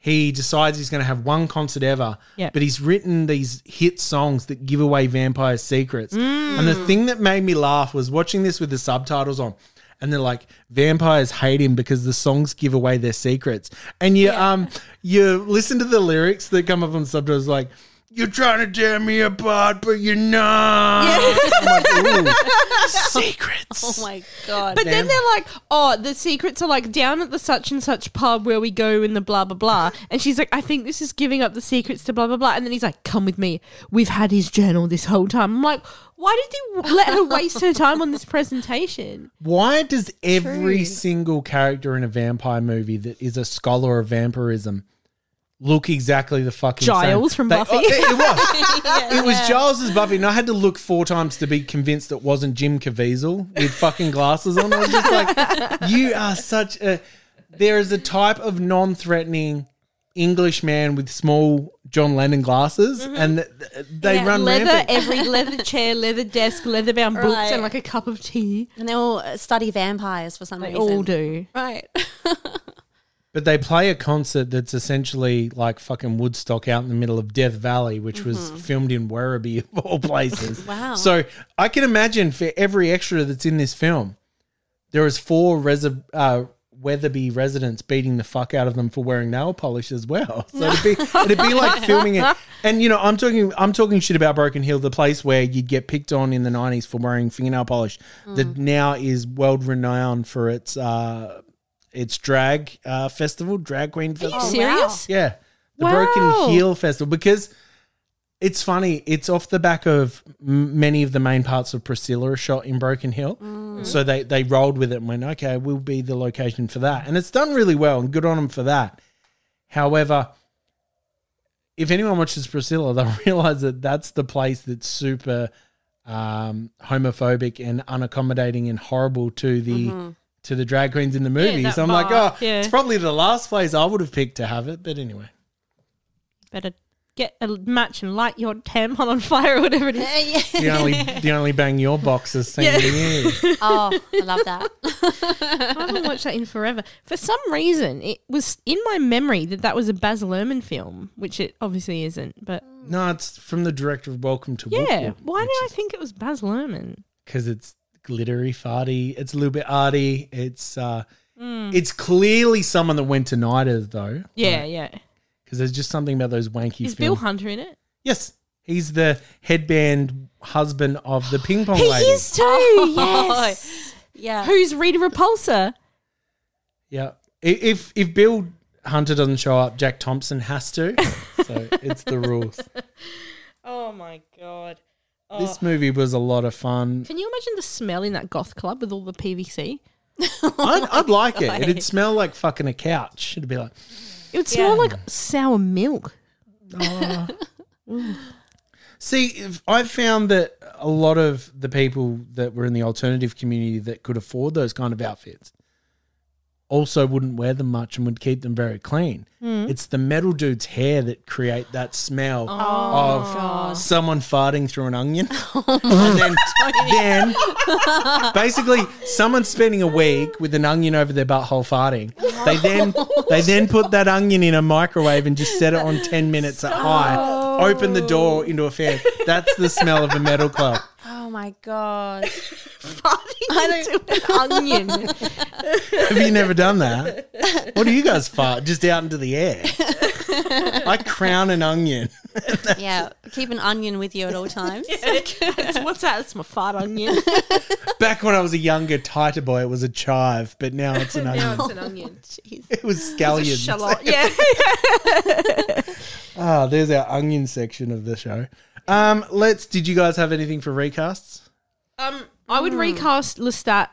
He decides he's going to have one concert ever, Yeah. but he's written these hit songs that give away vampire secrets. And the thing that made me laugh was watching this with the subtitles on, and they're like, "Vampires hate him because the songs give away their secrets." And you um you listen to the lyrics that come up on the subtitles like. You're trying to tear me apart, but you're not. Oh, I'm like, "Ooh, secrets. Oh my god. But Damn. then they're like, oh, the secrets are like down at the such and such pub where we go in the blah blah blah. And she's like, I think this is giving up the secrets to blah blah blah. And then he's like, come with me. We've had his journal this whole time. I'm like, why did you w- let her waste her time on this presentation? Why does every single character in a vampire movie that is a scholar of vampirism look exactly the fucking Giles same? from Buffy. oh, it, it was. it was Giles as Buffy, and I had to look four times to be convinced it wasn't Jim Caviezel with fucking glasses on. I was just like, you are such a. There is a type of non-threatening English man with small John Lennon glasses, and th- th- they run Mm-hmm. leather rampant. every leather chair, leather desk, leather bound books, Right. and like a cup of tea. and they all uh, study vampires for some They reason. all do. Right. But they play a concert that's essentially like fucking Woodstock out in the middle of Death Valley, which was filmed in Werribee of all places. Wow. So I can imagine for every extra that's in this film, there is four resi- uh, Weatherby residents beating the fuck out of them for wearing nail polish as well. So it'd be, it'd be like filming it. And you know, I'm talking, I'm talking shit about Broken Hill, the place where you'd get picked on in the '90s for wearing fingernail polish, that now is world renowned for its. Uh, it's drag uh, festival, drag queen festival. Oh, Serious? Yeah. The Wow. Broken Heel Festival. Because it's funny, it's off the back of m- many of the main parts of Priscilla are shot in Broken Hill. Mm. So they, they rolled with it and went, okay, we'll be the location for that. And it's done really well and good on them for that. However, if anyone watches Priscilla, they'll realize that that's the place that's super um, homophobic and unaccommodating and horrible to the to the drag queens in the movies. that I'm like, bar, oh, Mm-hmm. yeah. it's probably the last place I would have picked to have it. But anyway, Better get a match and light your tampon on fire or whatever it is. the only the only bang your boxes thing. Yeah. oh, I love that. I haven't watched that in forever. For some reason, it was in my memory that that was a Baz Luhrmann film, which it obviously isn't. But No, it's from the director of Welcome to yeah, why did I think it was Baz Luhrmann? Because it's glittery, farty. It's a little bit arty. It's uh, Mm. it's clearly someone that went to Niders though. Yeah, yeah. Because there's just something about those wanky. Is Bill films. Hunter in it? Yes, he's the headband husband of the ping pong He lady. is too. yes. Yeah. Who's Rita Repulsa? Yeah. I- If if Bill Hunter doesn't show up, Jack Thompson has to. So it's the rules. Oh my god! Oh. This movie was a lot of fun. Can you imagine the smell in that goth club with all the PVC? I'd, I'd like it. It'd smell like fucking a couch. It'd be like, It would smell like sour milk. see, if- I found that a lot of the people that were in the alternative community that could afford those kind of outfits also wouldn't wear them much and would keep them very clean. It's the metal dude's hair that create that smell Oh. of someone farting through an onion. and then, then basically someone's spending a week with an onion over their butthole farting. They then they then put that onion in a microwave and just set it on ten minutes at high. Open the door into a fan. That's the smell of a metal club. Oh my god. onion. Have you never done that? What do you guys fart? Just out into the air. I crown an onion. yeah, keep an onion with you at all times. What's that? It's my fart onion. Back when I was a younger, tighter boy, it was a chive, but now it's an now onion. it's an onion. It was scallions. Shallot. Yeah. Ah, there's our onion section of the show. Um, let's. Did you guys have anything for recasts? Um, I would recast Lestat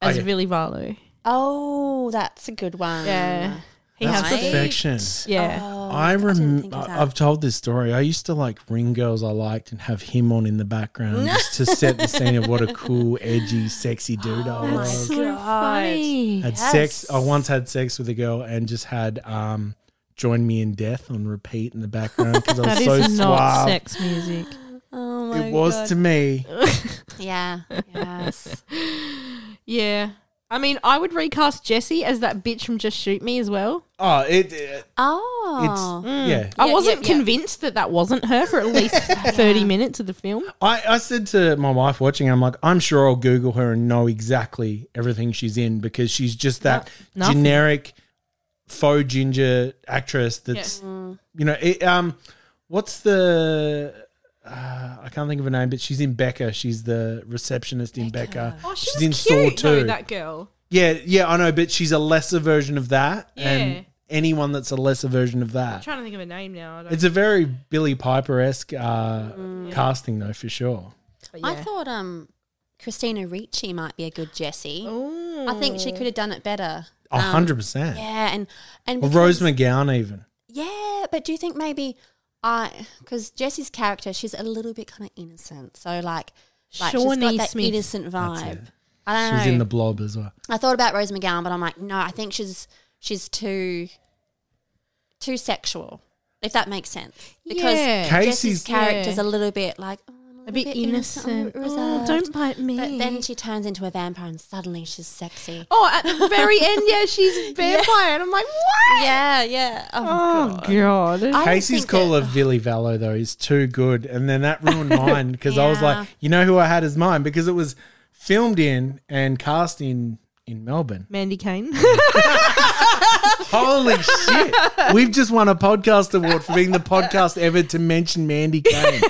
as Okay. Vili Valo. Oh, that's a good one. Yeah. He That's has Nice. the, perfection. yeah. I Oh, think remember. uh, of that. I've told this story. I used to like ring girls I liked and have him on in the background just to set the scene of what a cool, edgy, sexy dude Oh I was. so funny. had sex. I once had sex with a girl and just had um, "Join Me in Death" on repeat in the background because I was That so is not suave. sex music. Oh my It was to me. Yeah. Yes. Yeah. I mean, I would recast Jesse as that bitch from Just Shoot Me as well. Oh, it. it- it's Oh. yeah. I Yeah, wasn't yeah, yeah. convinced that that wasn't her for at least 30 minutes of the film. I, I said to my wife watching, I'm like, I'm sure I'll Google her and know exactly everything she's in because she's just that No- nothing. generic faux ginger actress that's, you know, it, um, what's the, uh, I can't think of her name, but she's in Becca. She's the receptionist in Becca. Oh, she's in Saw 2. girl. yeah, yeah, I know, but she's a lesser version of that. Yeah. And anyone that's a lesser version of that. trying to think of a name now. I don't It's a very Billy Piper esque uh, casting, though, for sure. I thought um Christina Ricci might be a good Jessie. I think she could have done it better. Um, A hundred percent. Yeah, and and Or Rose because- McGowan, even. Yeah, but do you think maybe I because Jessie's character, she's a little bit kind of innocent, so like, like she's Shawnee got that Smith. innocent vibe. it. I She don't was know. in the blob as well. I thought about Rose McGowan, but I'm like, no, I think she's she's too too sexual, if that makes sense. Because Yeah. Casey's- Jessie's character's Yeah. a little bit like oh, I'm A bit innocent. I'm Oh, reserved. don't bite me. But then she turns into a vampire, and suddenly she's sexy. oh, at the very end, yeah, she's a vampire. And I'm like, what? Yeah, yeah. Oh, Oh, God. I don't Casey's think call that- of Villy Vallow, though, is too good. And then that ruined mine because I was Yeah. like, you know who I had as mine? Because it was filmed in and cast in in Melbourne. Mandy Kane. Holy shit. We've just won a podcast award for being the podcast ever to mention Mandy Kane.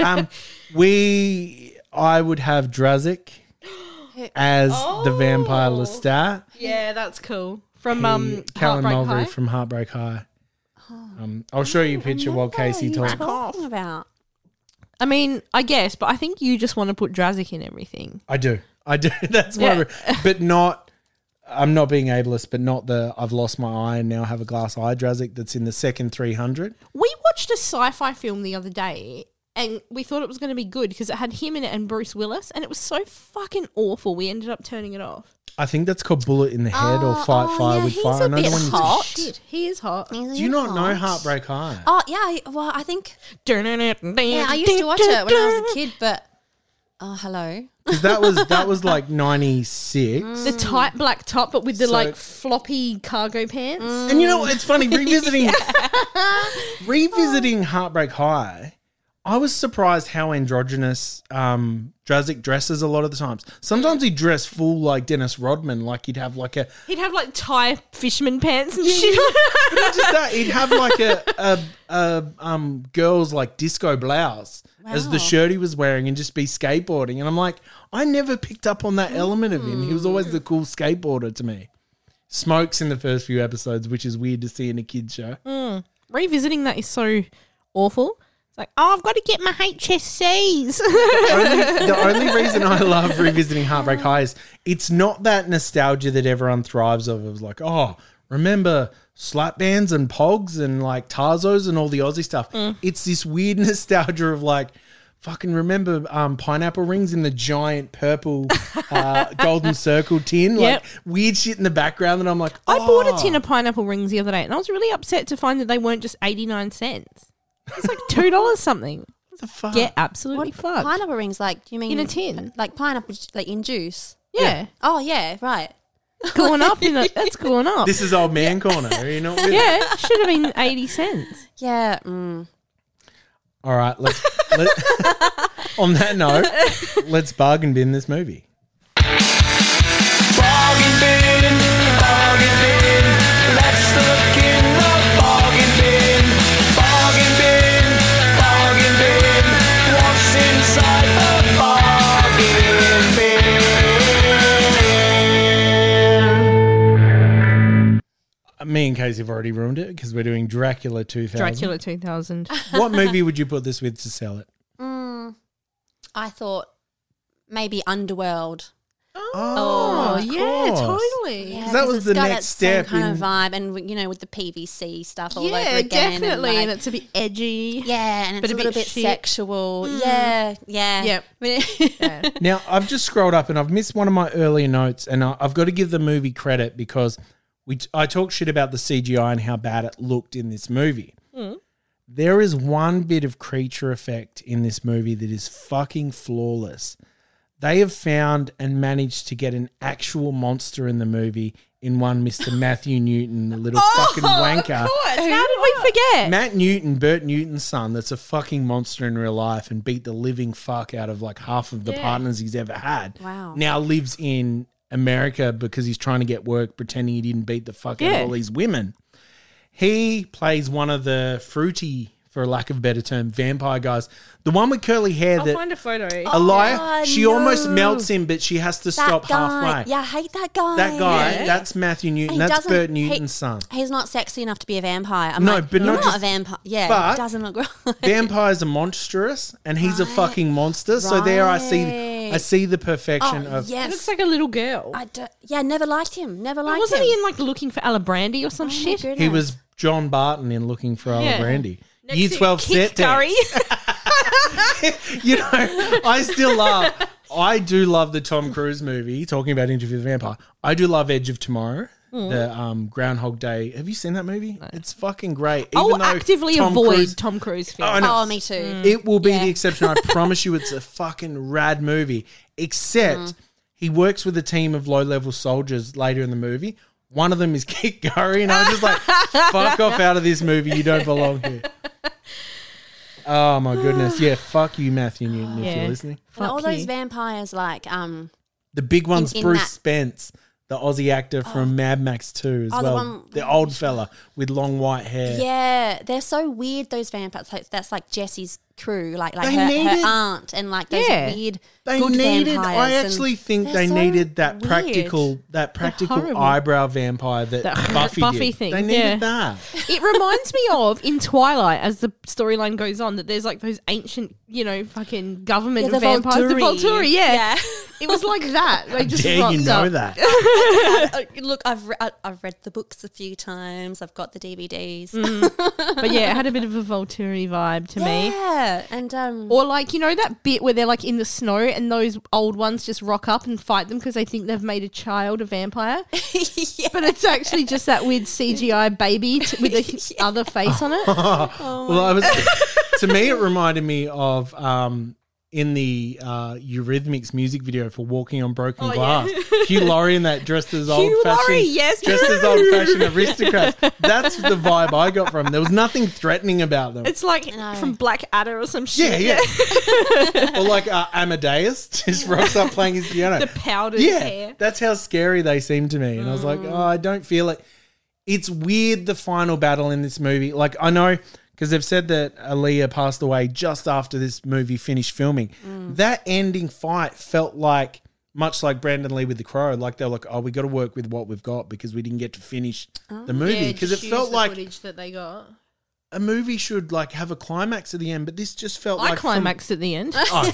Um, we, I would have Drazik as oh. the vampire Lestat. yeah, that's cool. From um, Callum Heartbreak Mulvey High. from Heartbreak High. Oh. Um, I'll show you a picture while Casey talks. talking about. I mean, I guess, but I think you just want to put Drazik in everything. I do. I do. That's what I Yeah. re- but not I'm not being ableist, but not the I've lost my eye and now have a glass eye Drazik that's in the second three hundred. We watched a sci-fi film the other day, and we thought it was going to be good because it had him in it and Bruce Willis, and it was so fucking awful. We ended up turning it off. I think that's called Bullet in the Head or Oh, Fight oh, Fire yeah, with he's Fire. a Another bit one you- hot. Shit, he is hot. Isn't Do you it not know hot? Heartbreak High? Oh yeah, I- well I think Yeah, yeah, I used to watch it when I was a kid, but oh hello, 'Cause that was that was like ninety six. The tight black top, but with the Mm. So- like floppy cargo pants. And you know what? It's funny revisiting revisiting Heartbreak High. I was surprised how androgynous um, Drazik dresses a lot of the times. Sometimes he dressed full like Dennis Rodman, like he'd have like a He'd have like tie fisherman pants and shit. not just that he'd have like a a, a um girls like disco blouse as the Wow. shirt he was wearing, and just be skateboarding. And I'm like, I never picked up on that element of him. He was always the cool skateboarder to me. Smokes in the first few episodes, which is weird to see in a kids show. Revisiting that is so awful. It's like, oh, I've got to get my HSCs. only, the only reason I love revisiting Heartbreak High is it's not that nostalgia that everyone thrives of. It was like, oh, remember slap bands Mm. and pogs and like Tarzos and all the Aussie stuff. It's this weird nostalgia of like Fucking remember um, pineapple rings in the giant purple uh, golden circle tin, Yep. like weird shit in the background. And I'm like, I bought a tin "Ah." of pineapple rings the other day, and I was really upset to find that they weren't just eighty nine cents. It's like two dollars something. What the fuck? Yeah, absolutely What fucked. pineapple rings like? Do you In mean a tin. Like pineapple, ju- like in juice. yeah, Oh yeah, right. it's gone up. In a, that's gone up. This is old man corner. You know. With yeah, it should have been eighty cents. Yeah. Mm. All right. Let's. Let, on that note, let's bargain bin this movie. Me and Casey have already ruined it because we're doing Dracula 2000. Dracula two thousand. Oh, What movie would you put this with to sell it? Mm. I thought maybe underworld. Oh, of course. totally. Yeah, 'Cause that 'cause was it's the got next that same step kind in- of vibe, and you know, with the PVC stuff all over Yeah, again. and, definitely, like, and it's a bit edgy. yeah, and it's but a, a little bit bit shit. Mm. sexual. Yeah, yeah, Yep. yeah. Now, I've just scrolled up and I've missed one of my earlier notes, and I- I've got to give the movie credit because we t- I talked shit about the CGI and how bad it looked in this movie. There is one bit of creature effect in this movie that is fucking flawless. They have found and managed to get an actual monster in the movie in one Mr. Matthew Newton, the little Oh! fucking wanker. How did we Eh. forget? Matt Newton, Bert Newton's son, that's a fucking monster in real life and beat the living fuck out of like half of the partners he's ever had. Wow. Now lives in America because he's trying to get work pretending he didn't beat the fuck out Yeah. of all these women. He plays one of the fruity, for lack of a better term, vampire guys. The one with curly hair I'll that find a photo. Elia, Oh, she almost no. melts him, but she has to stop guy. halfway. Yeah, I hate that guy. That guy, Yeah. that's Matthew Newton. He that's doesn't- Bert he- Newton's son. He's not sexy enough to be a vampire. I'm No, like, but you're not not just- a vampire. Yeah, but- it doesn't look right. vampires are monstrous and he's a fucking monster so there i see i Right. see the oh, perfection of It yes. looks like a little girl. I do, yeah, never liked him. Never liked wasn't him. he in like looking for Alabrandy or some Oh my shit? goodness. he was john barton in looking for Oliver Yeah. brandy year 12 set Curry. dance. you know i still love i do love the tom cruise movie talking about interview with the vampire i do love edge of tomorrow Mm. The um, Groundhog Day. Have you seen that movie? It's fucking great. I'll Even though actively Tom avoid Cruise- Tom Cruise Oh, I films. know. Oh, me too. It will be Yeah. the exception. I promise you, it's a fucking rad movie. Except Mm. he works with a team of low level soldiers later in the movie. One of them is Kit Curry, and I'm just like, fuck off out of this movie. You don't belong here. Oh my goodness. Yeah, fuck you, Matthew Newton, if Yeah. you're listening. And all Fuck those you. vampires, like, um, The big one's in Bruce that- Spence, the Aussie actor from Mad Max 2 as Oh, the well. The, one- old fella with long white hair. yeah, they're so weird. Those vampires. Like, that's like Jessie's crew, like like They her, needed- her aunt, and like those Yeah. weird. they good needed Vampires i and- actually think They're they so needed that weird. practical that practical horrible. eyebrow vampire that That- that buffy, Buffy did. thing, they needed yeah. that It reminds me of in Twilight as the storyline goes on that there's like those ancient, you know, fucking government Yeah, the vampires, the Volturi. Volturi, yeah. Yeah. It was like that. They just dare you rocked know up. that Uh, Look, I've re- I- I've read the books a few times. I've got the DVDs. Mm, But yeah, it had a bit of a Volturi vibe to me. Yeah, and um, Or like you know that bit where they're like in the snow and those old ones just rock up and fight them because they think they've made a child a vampire, yeah. but it's actually just that weird CGI baby t- with the other face on it. Oh well i was to me it reminded me of um in the uh, Eurythmics music video for "Walking on Broken Glass," Hugh Laurie in that dressed as old Oh, Laurie, fashioned, yes. dressed as old fashioned aristocrats. That's the vibe I got from. 'em. There was nothing threatening about them. It's like No. from Black Adder or some Yeah, shit. yeah. or like uh, Amadeus just rocks up playing his piano. the powdered yeah, hair. that's how scary they seem to me. And I was like, oh, I don't feel it. It's weird the final battle in this movie. Like I know because they've said that Aaliyah passed away just after this movie finished filming. That ending fight felt like. Much like Brandon Lee with the Crow, like they were like, "Oh, we got to work Oh, with what we've got because we didn't get to finish the movie." Because it felt like that they got. a movie should like have a climax at the end, but this just felt I like from- climaxed at the end. Oh,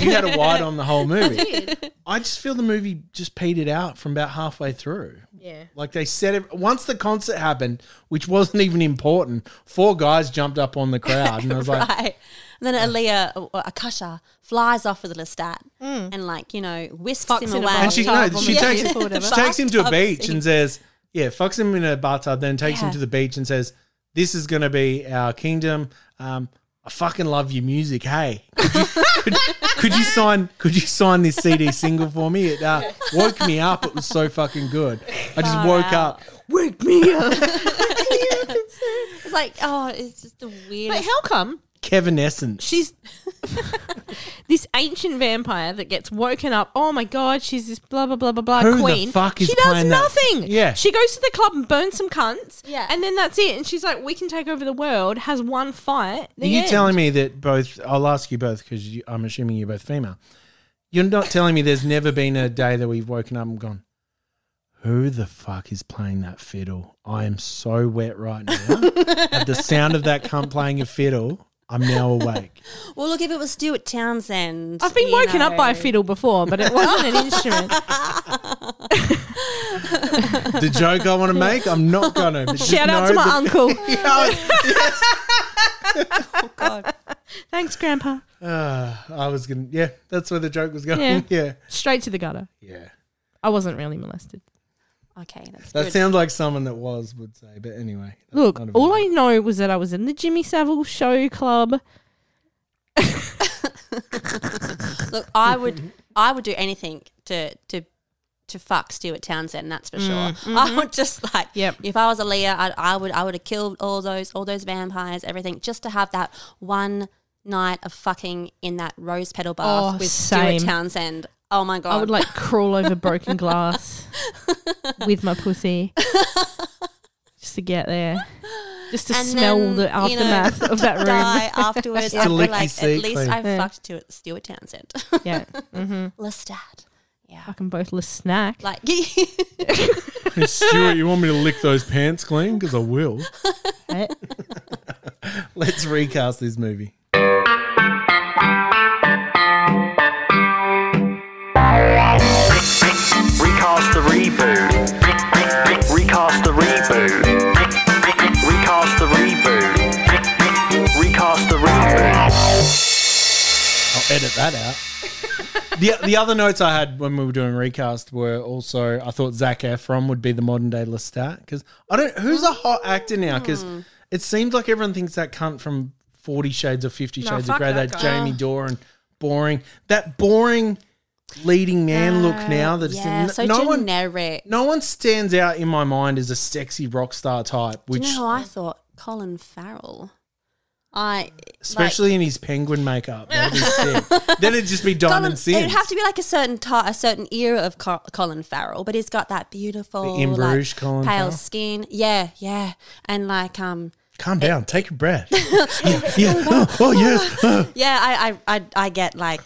you had a wide on the whole movie. I just feel the movie just petered out from about halfway through. Yeah. Like they said, it, once the concert happened, which wasn't even important, four guys jumped up on the crowd, and I was like, right. And then Aaliyah, uh, or Akasha, flies off with Lestat Mm. and, like, you know, whisks Fucks him in a away. and she no, Tub on she the takes beach or whatever. she takes him to a Bathtub beach scene. and says, "Yeah, fucks him in a bathtub." Then takes him Yeah. to the beach and says, "This is going to be our kingdom." Um, I fucking love your music. Hey, could you, could, could you sign? Could you sign this CD single for me? It uh, woke me up. It was so fucking good. I just woke up. Wake me up. It's like, oh, it's just the weirdest. But how come Kevin Essence. she's this ancient vampire that gets woken up? Oh my god, she's this blah blah blah blah blah Who the queen. fuck is she does playing that? nothing. Yeah. she goes to the club and burns some cunts. Yeah. and then that's it. And she's like, we can take over the world. Has one fight. Are you telling me that both? I'll ask you both because I'm assuming you're both female. You're not telling me there's never been a day that we've woken up and gone, "Who the fuck is playing that fiddle? I am so wet right now at the sound of that cunt playing a fiddle. I'm now awake." well, look, if it was Stuart Townsend. I've been you woken up by a know. fiddle before, but it wasn't an instrument. The joke I want to make, I'm not gonna. but just Shout out know to my that- uncle. Yeah, Thanks, Grandpa. I, uh, I was gonna. Yeah, that's where the joke was going. Yeah. Yeah, yeah. Straight to the gutter. I wasn't really molested. Okay, that's That good. sounds like someone that was would say, but anyway. that's Look, not a all very- I know was that I was in the Jimmy Savile Show Club. Look, I would, I would do anything to to to fuck Stuart Townsend. That's for sure. Mm, mm-hmm. I would just like, Yep. if I was Aaliyah, I, I would, I would have killed all those, all those vampires, everything, just to have that one night of fucking in that rose petal bath Oh, with same. Stuart Townsend. Oh my god! I would like crawl over broken glass with my pussy just to get there, just to And smell then, the you know, aftermath of that room. die afterwards. Just a I feel licky like at seat, least please. I Yeah. fucked Stuart, Stuart Townsend. Yeah, mm-hmm. Lestat. Yeah. I can both list snack. Like Stuart, you want me to lick those pants clean? Because I will. eh? Let's recast this movie. Recast the reboot. Recast the reboot. Recast the reboot. Recast the reboot. I'll edit that out. the The other notes I had when we were doing recast were also I thought Zach Efron would be the modern day Lestat because I don't who's a hot actor now because Hmm. it seems like everyone thinks that cunt from Forty Shades or Fifty Shades of fuck Grey that that, guy. Jamie Doran boring that boring leading man look now that it's Uh, yeah, n- so no one generic. no one stands out in my mind as a sexy rock star type which Do you know who I thought? Colin Farrell. I especially like, in his penguin makeup. That'd be sick. then it'd just be Colin, Diamond it would Sims. have to be like a certain ti a certain era of Col- Colin Farrell, but he's got that beautiful The in like, Bruges Colin pale Farrell? skin. Yeah, yeah, and like um, Calm down, take a breath. yeah, yeah. Oh, oh, yes. Uh, yeah, I I I, I get like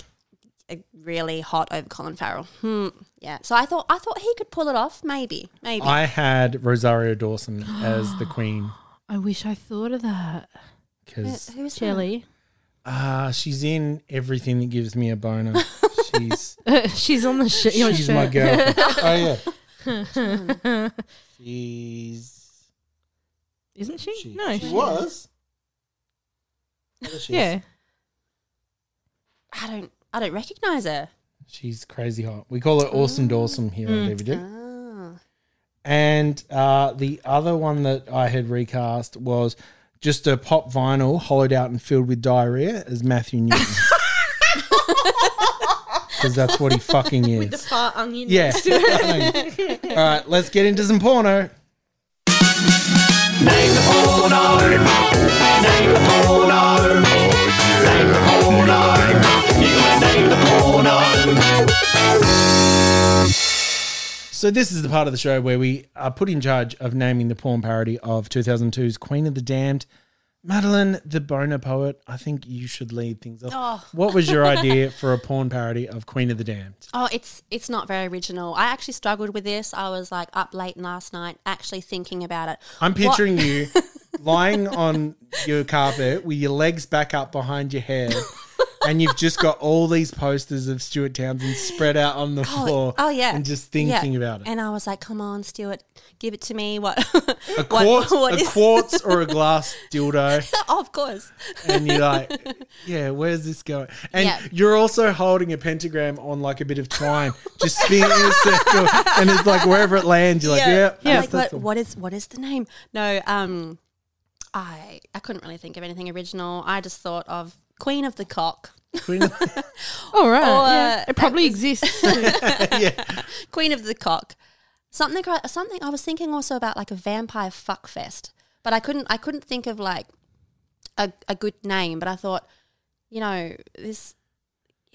uh, really hot over Colin Farrell. Hmm. Yeah, so I thought I thought he could pull it off. Maybe, maybe. I had Rosario Dawson as the queen I wish I thought of that. because Who was that? Shelley, uh, she's in everything that gives me a boner. She's she's on the sh- your she's my girl. shirt. Oh yeah. she's Isn't she? she, no, she was. Yeah, I don't I don't recognize her. She's crazy hot. We call her Awesome Dawson here on DVD. Oh. And uh, the other one that I had recast was just a pop vinyl hollowed out and filled with diarrhea as Matthew Newton. Because that's what he fucking is. fart onion. yeah. All right, let's get into some porno. So this is the part of the show where we are put in charge of naming the porn parody of 2002's Queen of the Damned. Madeline, the boner poet, I think you should lead things off. What was your idea for a porn parody of Queen of the Damned? Oh, it's it's not very original. I actually struggled with this. I was like up late last night, actually thinking about it. I'm What- picturing you lying on your carpet with your legs back up behind your head. And you've just got all these posters of Stuart Townsend spread out on the floor. Oh yeah, and just thinking Yeah. about it. And I was like, "Come on, Stuart, give it to me." What? a quartz, a quartz, or a glass dildo, oh, of course. and you're like, yeah, where's this going? And Yeah. you're also holding a pentagram on like a bit of twine, just spinning in a circle, and it's like wherever it lands, you're like, yeah, I'm yeah. like, what, what is what is the name? No, um, I I couldn't really think of anything original. I just thought of Queen of the Cock, All right. Or, yeah. uh, It probably exists. Queen of the Cock. Something cri- something. I was thinking also about like a vampire fuck fest, but I couldn't I couldn't think of like a a good name. But I thought, you know, this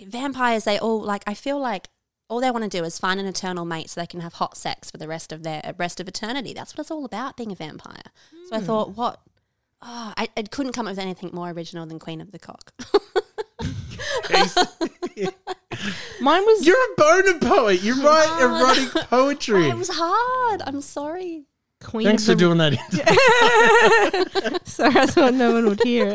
vampires they all like. I feel like. All they want to do is find an eternal mate so they can have hot sex for the rest of their rest of eternity. That's what it's all about being a vampire. So I thought, what Oh, I, I couldn't come up with anything more original than Queen of the Cock. Mine was. You're a boner poet. You write erotic poetry. it was hard. I'm sorry. Queen Thanks for of the doing that. Sorry, I thought no one would hear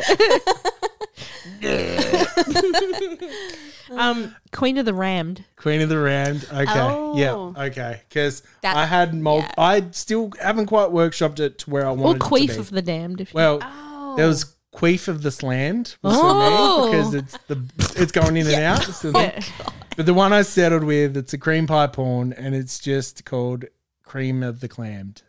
it. um, Queen of the Rammed. Queen of the Round. Okay. Oh. Yeah. Okay. Because That- I had mul- yeah. I still haven't quite workshopped it to where I Or wanted it to Queef be. of the Damned. If you- Well, Oh. there was Queef of the Slammed was for me Oh. because it's the it's going in and out. So the- but the one I settled with, it's a cream pie porn, and it's just called Cream of the Clammed.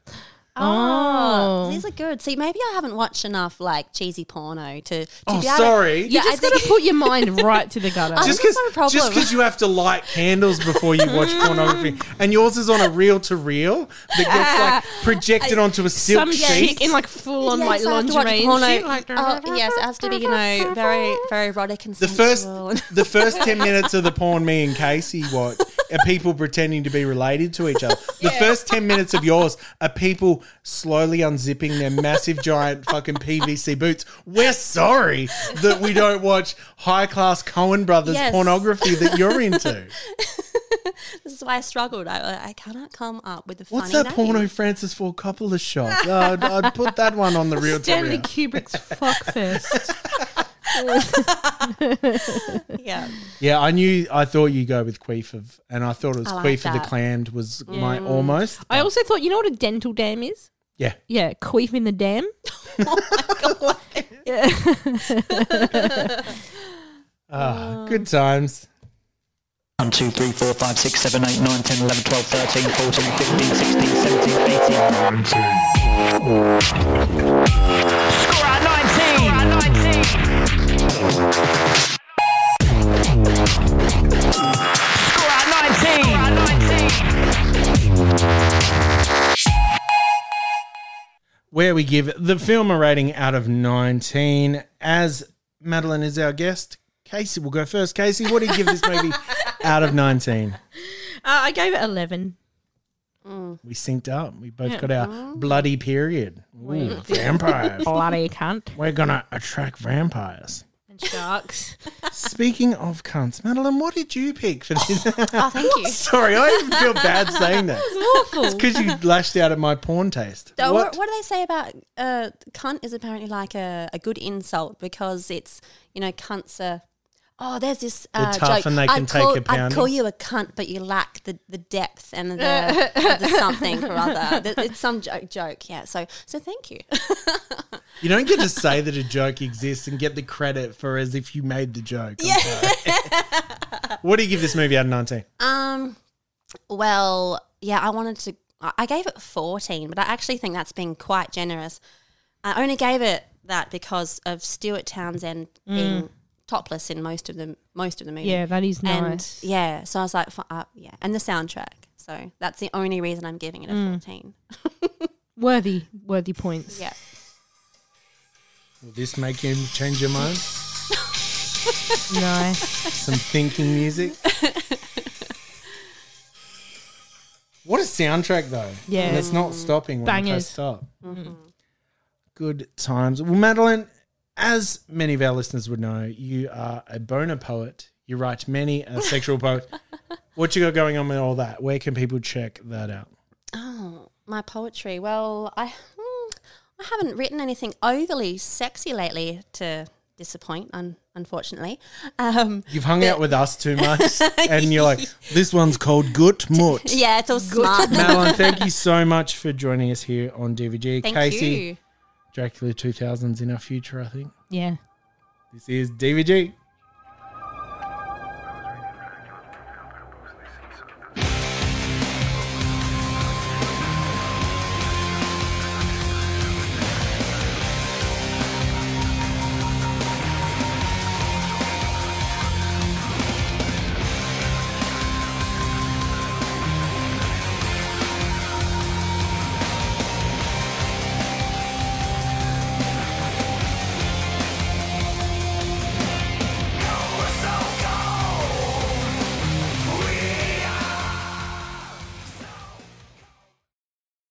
Oh. These are good. See, maybe I haven't watched enough like cheesy porno to. to Oh, be able- sorry. You yeah, just I got think to put your mind right to the gutter. I Just think it's because not a problem. you have to light candles before you watch pornography, and yours is on a reel to reel that gets like projected onto a silk Some sheet. chick in like full on like Yes, I have to watch lingerie and porno. shit. Like, oh, yes, it has to be you know very very erotic and the first sensual and- the first 10 minutes of the porn me and Casey watch are people pretending to be related to each other. The first 10 minutes of yours are people slowly unzipping their massive giant fucking PVC boots. We're sorry that we don't watch high class Cohen Brothers Yes. pornography that you're into. this is why I struggled. I, I cannot come up with the What's funny that name. porno Francis Ford Coppola shot? Oh, I'd, I'd put that one on the real time. Stanley Kubrick's fuckfest. Yeah, Yeah, I knew. I thought you go with Queef of, and I thought it was I like Queef of the that. Mm. Clammed was my almost. I also thought, you know what a dental dam is? Yeah. Yeah, queef in the dam. Oh Ah, good times. 1, 2, 3, 4, 5, 6, 7, 8, 9, 10, 11, 12, 13, 14, 15, 16, 17, 18, 19. Score at 19! Score at 19! Score at 19! Score at 19! where we give the film a rating out of 19. As Madeline is our guest, Casey will go first. Casey, what do you give this movie out of 19? Uh, I gave it 11. We synced up. We both got our bloody period. Ooh, vampires. Bloody cunt. We're going to attract vampires. And sharks. Speaking of cunts, Madeline, what did you pick for this? oh, thank you. Sorry, I even feel bad saying that. It's Awful. because you lashed out at my porn taste. Oh, What? What, do they say about uh, cunt is apparently like a, a good insult because it's, you know, cunts are. Oh, there's this uh, tough joke. and they can I'd take call, a I'd call pounding. you a cunt, but you lack the, the depth and the, of the something or other. Th- It's some joke, joke, yeah. So, so thank you. You don't get to say that a joke exists and get the credit for as if you made the joke. I'm sorry. what do you give this movie out of 19? Um, well, yeah, I wanted to. I- I gave it fourteen, but I actually think that's been quite generous. I only gave it that because of Stuart Townsend being topless in most of the most of the movie. Yeah, that is and nice. yeah, so I was like, fu- uh, yeah, and the soundtrack. So that's the only reason I'm giving it a fourteen. Worthy, worthy points. Yeah, Will this make you change your mind? Nice. Some thinking music. what a soundtrack, though. Yeah. And it's not stopping when Bangers. Bangers. stop. Good times. Well, Madeline, as many of our listeners would know, you are a boner poet. You write many a sexual poet. What you got going on with all that? Where can people check that out? Oh, my poetry. Well, I hmm, I haven't written anything overly sexy lately to disappoint, un- unfortunately. Um, You've hung out with us too much, and you're like, this one's called Gut Mut. yeah, it's all smart. Madeline, thank you so much for joining us here on DVG. Thank Casey, you. Dracula 2000's in our future, I think. Yeah. This is DVG.